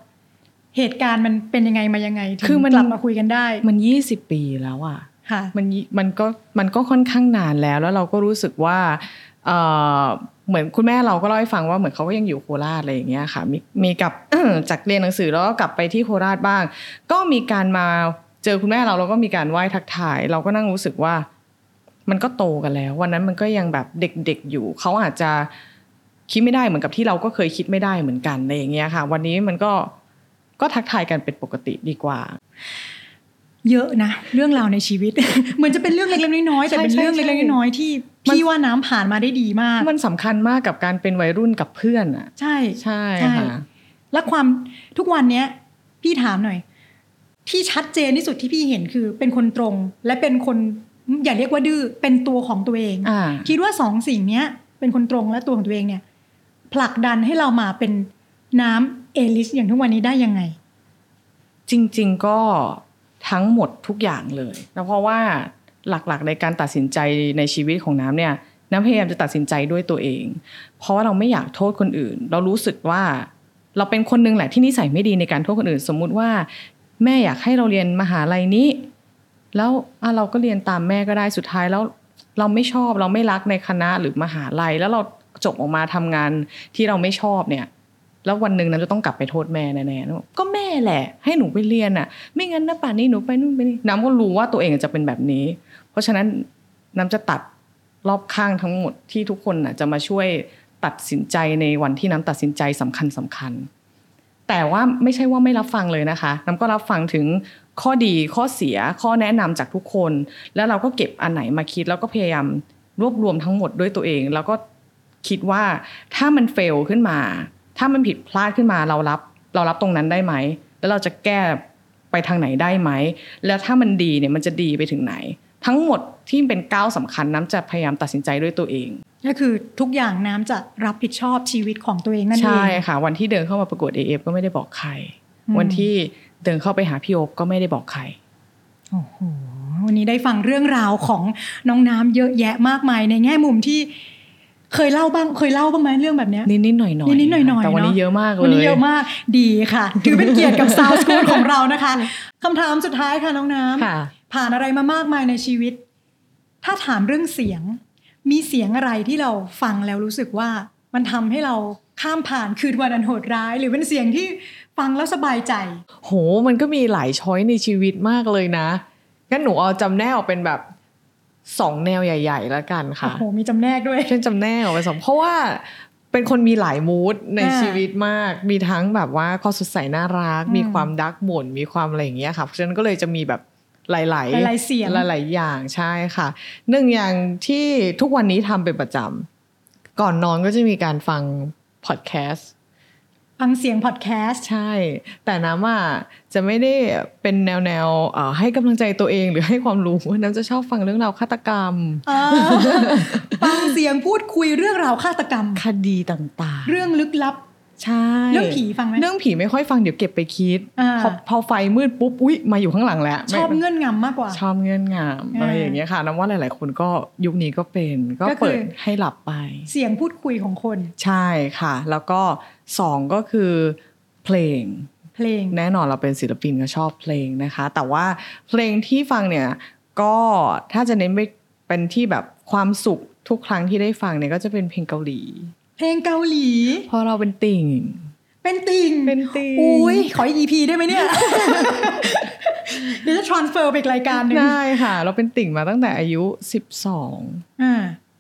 Speaker 2: เหตุการณ์มันเป็นยังไงมายังไงถึง
Speaker 3: คือมัน
Speaker 2: กลับมาคุยกันได้
Speaker 3: มันยี่สิบปีแล้วอ่ะ
Speaker 2: ค่ะ
Speaker 3: มันยิมันก็มันก็ค่อนข้างนานแล้วแล้วเราก็รู้สึกว่าเอ่อเหมือนคุณแม่เราก็เล่าให้ฟังว่าเหมือนเขาก็ยังอยู่โคราชอะไรอย่างเงี้ยค่ะมีมีกลับ จากเรียนหนังสือแล้วก็กลับไปที่โคราชบ้าง ก็มีการมาเจอคุณแม่เราเราก็มีการไหว้ทักทาย เราก็นั่งรู้สึกว่า มันก็โตกันแล้ว วันนั้นมันก็ยังแบบเด็กๆอยู่เขาอาจจะคิดไม่ได้เหมือนกับที่เราก็เคยคิดไม่ได้เหมือนกันอะไรอย่างเงี้ยค่ะ วันนี้มันก็ก็ทักทายกันเป็นปกติดีกว่า
Speaker 2: เยอะนะ เรื่องราวในชีวิต เหมือนจะเป็นเรื่องเล็กๆน้อยๆแต่
Speaker 3: ใช่
Speaker 2: เป็นเรื่องเล็กๆน้อยๆที่
Speaker 3: มัน
Speaker 2: พี่ว่าน้ำผ่านมาได้ดีมาก
Speaker 3: มันสำคัญมากกับการเป็นวัยรุ่นกับเพื่อนอ่ะ
Speaker 2: ใช่
Speaker 3: ใช่
Speaker 2: ใช่
Speaker 3: ค่ะ
Speaker 2: และความทุกวันเนี้ย พี่ถามหน่อย ที่ชัดเจนที่สุดที่พี่เห็นคือเป็นคนตรง และเป็นคนอย่าเรียกว่าดื้อเป็นตัวของตัวเอง
Speaker 3: อ่า
Speaker 2: คิดว่าสองสิ่งเนี้ย เป็นคนตรงและตัวของตัวเองเนี่ย ผลักดันให้เรามาเป็นน้ำเอลิสอย่างทุกวันนี้ได้ยังไง
Speaker 3: จริง ๆก็ทั้งหมดทุกอย่างเลยนะเพราะว่าหลักๆในการตัดสินใจในชีวิตของน้ำเนี่ย น้ำพยายามจะตัดสินใจด้วยตัวเอง เพราะว่าเราไม่อยากโทษคนอื่น เรารู้สึกว่า เราเป็นคนหนึงแหละที่นิสัยไม่ดีในการโทษคนอื่น สมมุติว่า แม่อยากให้เราเรียนมหาลัยนี้ แล้วอ่ะเราก็เรียนตามแม่ก็ได้สุดท้ายแล้ว เราไม่ชอบเราไม่รักในคณะหรือมหาลัย แล้วเราจบออกมาทำงานที่เราไม่ชอบเนี่ย แล้ววันหนึ่งน้ำจะต้องกลับไปโทษแม่แน่ๆน้ำบอกก็แม่แหละ ให้หนูไปเรียนอ่ะ ไม่งั้นนะป่านนี้หนูไปนู่นไปนี่น้ำก็รู้ว่าตัวเองจะเป็นแบบนี้ เพราะฉะนั้นน้ำจะตัดรอบข้างทั้งหมดที่ทุกคนน่ะจะมาช่วยตัดสินใจในวันที่น้ำตัดสินใจสำคัญสำคัญ แต่ว่าไม่ใช่ว่าไม่รับฟังเลยนะคะ น้ำก็รับฟังถึง ข้อดีข้อเสียข้อแนะนำจากทุกคน แล้วเราก็เก็บอันไหนมาคิด แล้วก็พยายามรวบรวมทั้งหมดด้วยตัวเอง แล้วก็คิดว่าถ้ามันเฟลขึ้นมา ถ้ามันผิดพลาดขึ้นมาเรารับ เรารับตรงนั้นได้ไหม แล้วเราจะแก้ไปทางไหนได้ไหม แล้วถ้ามันดีเนี่ยมันจะดีไปถึงไหน ทั้งหมดที่เป็นก้าวสำคัญน้ำจะพยายามตัดสินใจด้วยตัวเอง
Speaker 2: ก็คือทุกอย่างน้ำจะรับผิดชอบชีวิตของตัวเองนั่นเอง
Speaker 3: ใช่ค่ะ วันที่เดินเข้ามาประกวด AF ก็ไม่ได้บอกใคร
Speaker 2: อืม
Speaker 3: วันที่เดินเข้าไปหาพี่โอ๊บก็ไม่ได้บอกใคร
Speaker 2: โอ้โหวันนี้ได้ฟังเรื่องราวของน้องน้ำเยอะแยะมากมายในแง่มุมที่เคยเล่าบ้าง เคยเล่าบ้างไหมเรื่องแบบเนี้ย
Speaker 3: นิดนิดๆหน่อยหน่อย
Speaker 2: นิดๆหน่อยๆ
Speaker 3: แต่วัน
Speaker 2: เน
Speaker 3: นี้
Speaker 2: อะ
Speaker 3: เยอะมากเลย
Speaker 2: วันนี้เยอะมากดีค่ะ ถือเป็นเกียรติกับ ซาวสกูลของเรานะคะคำถามสุดท้ายค่ะน้องน้ำ
Speaker 3: ค่ะ
Speaker 2: ผ่านอะไรมามากมายในชีวิต ถ้าถามเรื่องเสียง มีเสียงอะไรที่เราฟังแล้วรู้สึกว่ามันทำให้เราข้ามผ่านคืนวันอันโหดร้าย หรือเป็นเสียงที่ฟังแล้วสบายใจ
Speaker 3: โห มันก็มีหลายช้อยในชีวิตมากเลยนะงั้นหนูเอาจำแนกออกเป็นแบบสองแนวใหญ่ ๆ แล้วกัน
Speaker 2: โอ้
Speaker 3: ค่ะ
Speaker 2: โห มีจำแนกด้วย
Speaker 3: ฉันจำแนกออกไปสองเพราะว่าเป็นคนมีหลายมูดใน
Speaker 2: อ่า
Speaker 3: ชีวิตมาก มีทั้งแบบว่าข้อสดใสน่ารัก
Speaker 2: อืม
Speaker 3: มีความดักบ่นมีความอะไรอย่างเงี้ยค่ะเพราะฉะนั้นก็เลยจะมีแบบหลาย ๆ
Speaker 2: หลายๆเสียง
Speaker 3: หลายๆอย่างใช่ค่ะหนึ่งอย่างที่ทุกวันนี้ทำเป็นประจำก่อนนอนก็จะมีการฟังพอดแคสต์
Speaker 2: ฟังเสียงพอดแคสต์
Speaker 3: ใช่ แต่น้ำอ่ะจะไม่ได้เป็นแนวแนวๆเอ่อให้กำลังใจตัวเองหรือให้ความรู้น้ำจะชอบฟังเรื่องราวฆาตกรรม
Speaker 2: อ่า ฟังเสียงพูดคุยเรื่องราวฆาตกรรม
Speaker 3: คดีต่าง
Speaker 2: เรื่องลึกลับ
Speaker 3: ๆ ใช่
Speaker 2: เรื่องผีฟังไหม
Speaker 3: เรื่องผีไม่ค่อยฟังเดี๋ยวเก็บไปคิด
Speaker 2: อ่า
Speaker 3: พอพอไฟมืดปุ๊บอุ๊ยมาอยู่ข้างหลังแล้ว
Speaker 2: ชอบ
Speaker 3: ไม่
Speaker 2: เงื่อนงำมากกว่า
Speaker 3: ชอบเงื่อนงาม
Speaker 2: อ่า
Speaker 3: อะไรอย่างเงี้ยค่ะน้ำว่าหลาย ๆ คนก็ยุคนี้ก็เป็นก็
Speaker 2: ก็คือ
Speaker 3: เปิดให้หลับไป
Speaker 2: เสียงพูดคุยของคน
Speaker 3: ใช่ค่ะ แล้วก็สองก็คือเพลง
Speaker 2: เพลง
Speaker 3: แน่นอนเราเป็นศิลปินก็ชอบเพลงนะคะ แต่ว่าเพลงที่ฟังเนี่ยก็ถ้าจะเน้นไปเป็นที่แบบความสุขทุกครั้งที่ได้ฟังเนี่ยก็จะเป็นเพลงเกาหลี
Speaker 2: เพลงเกาหลี
Speaker 3: เพราะเราเป็นติ่ง
Speaker 2: เป็นติ่ง
Speaker 3: เป็นติ่ง
Speaker 2: อุ้ยขออีพีได้ไหมเนี่ย เดี๋ยวจะ transfer ไปอีกรายการหนึ่ง
Speaker 3: ได้ค่ะ เราเป็นติ่งมาตั้งแต่อายุ 12
Speaker 2: อ่า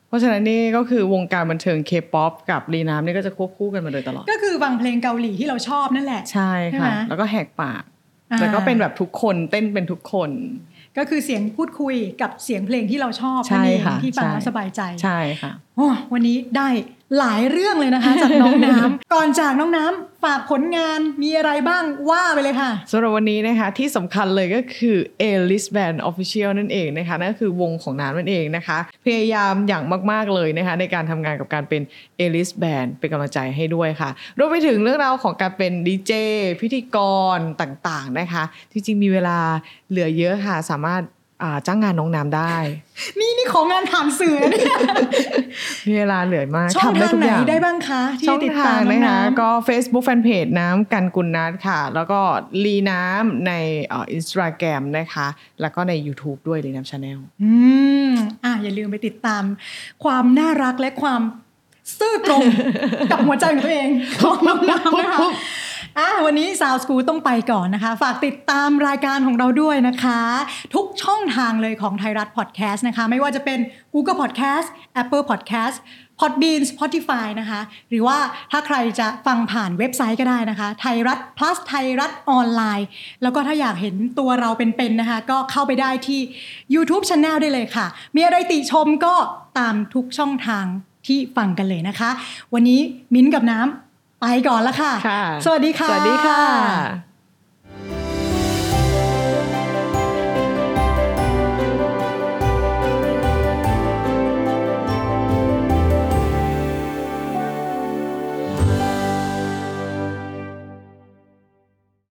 Speaker 3: เพราะฉะนั้นนี่ก็คือวงการบันเทิงเคป๊อปกับรีน้ำนี่ก็จะควบคู่กันมาโดยตลอด
Speaker 2: ก็คือฟังเพลงเกาหลีที่เราชอบนั่นแหละ
Speaker 3: ใช่ค่ะ
Speaker 2: ใช่ไหม
Speaker 3: แล้วก็แหกปาก
Speaker 2: อ่า
Speaker 3: แล้วก็เป็นแบบทุกคนเต้นเป็นทุกคน
Speaker 2: ก็คือเสียงพูดคุยกับเสียงเพลงที่เราชอบ
Speaker 3: ใช่
Speaker 2: นั่นเอง
Speaker 3: ค่ะ
Speaker 2: ที่ฟัง
Speaker 3: ใช่
Speaker 2: แล้วสบายใจ
Speaker 3: ใช่ค่ะ
Speaker 2: โอ้วันนี้ได้หลายเรื่องเลย นะคะ จากน้องน้ำ ก่อนจากน้องน้ำฝากผลงานมีอะไรบ้างว่าไปเลยค่ะ
Speaker 3: สำหรับวันนี้นะคะที่สำคัญเลยก็คือ A List Band Official นั่นเองนะคะนั่นก็คือวงของน้ำนั่นเองนะคะ พยายามอย่างมาก ๆ เลยนะคะ ในการทำงานกับการเป็น A List Band เป็นกำลังใจให้ด้วยค่ะรวมไปถึงเรื่องราวของการเป็นดีเจพิธีกรต่าง ๆ นะคะ จริง ๆ มีเวลาเหลือเยอะค่ะ สามารถอ่าจ้างงานน้องน้ำได้
Speaker 2: นี่นี่ของงานผ่านสื่อนะเนี่ย
Speaker 3: มีเวลาเหลือมาก
Speaker 2: ช่อง
Speaker 3: ทำได้
Speaker 2: ทาง
Speaker 3: ทุก
Speaker 2: ไหน
Speaker 3: อย่าง
Speaker 2: ได้บ้างคะที่
Speaker 3: ช่อง
Speaker 2: ติด
Speaker 3: ทา
Speaker 2: ตางมน้อ
Speaker 3: นะ
Speaker 2: ง
Speaker 3: คะ
Speaker 2: น้ำ
Speaker 3: ก็ Facebook Fanpage น้ำกันกุลนัทค่ะ แล้วก็ลีน้ำในเอินสตาแกรมนะคะ แล้วก็ใน YouTube ด้วยลีน้ำชาแนล
Speaker 2: อืมอ่ะอย่าลืมไปติดตาม ความน่ารักและความซื่อตรง กับหัวใจของตัวเองของน้องน้ำนะคะอ่ะวันนี้สาวสกูต้องไปก่อนนะคะ ฝากติดตามรายการของเราด้วยนะคะ ทุกช่องทางเลยของไทยรัฐพอดแคสต์นะคะ ไม่ว่าจะเป็น Google Podcast Apple Podcast Podbean Spotify นะคะ หรือว่าถ้าใครจะฟังผ่านเว็บไซต์ก็ได้นะคะ ไทยรัฐ plus ไทยรัฐออนไลน์ แล้วก็ถ้าอยากเห็นตัวเราเป็นๆนะคะ ก็เข้าไปได้ที่ YouTube Channel ได้เลยค่ะ มีอะไรติชมก็ตามทุกช่องทางที่ฟังกันเลยนะคะ วันนี้มิ้นท์กับน้ำไปก่อนละค่ะ
Speaker 3: ค่ะ
Speaker 2: สวัสดีค่ะ
Speaker 3: สวัสดีค่ะ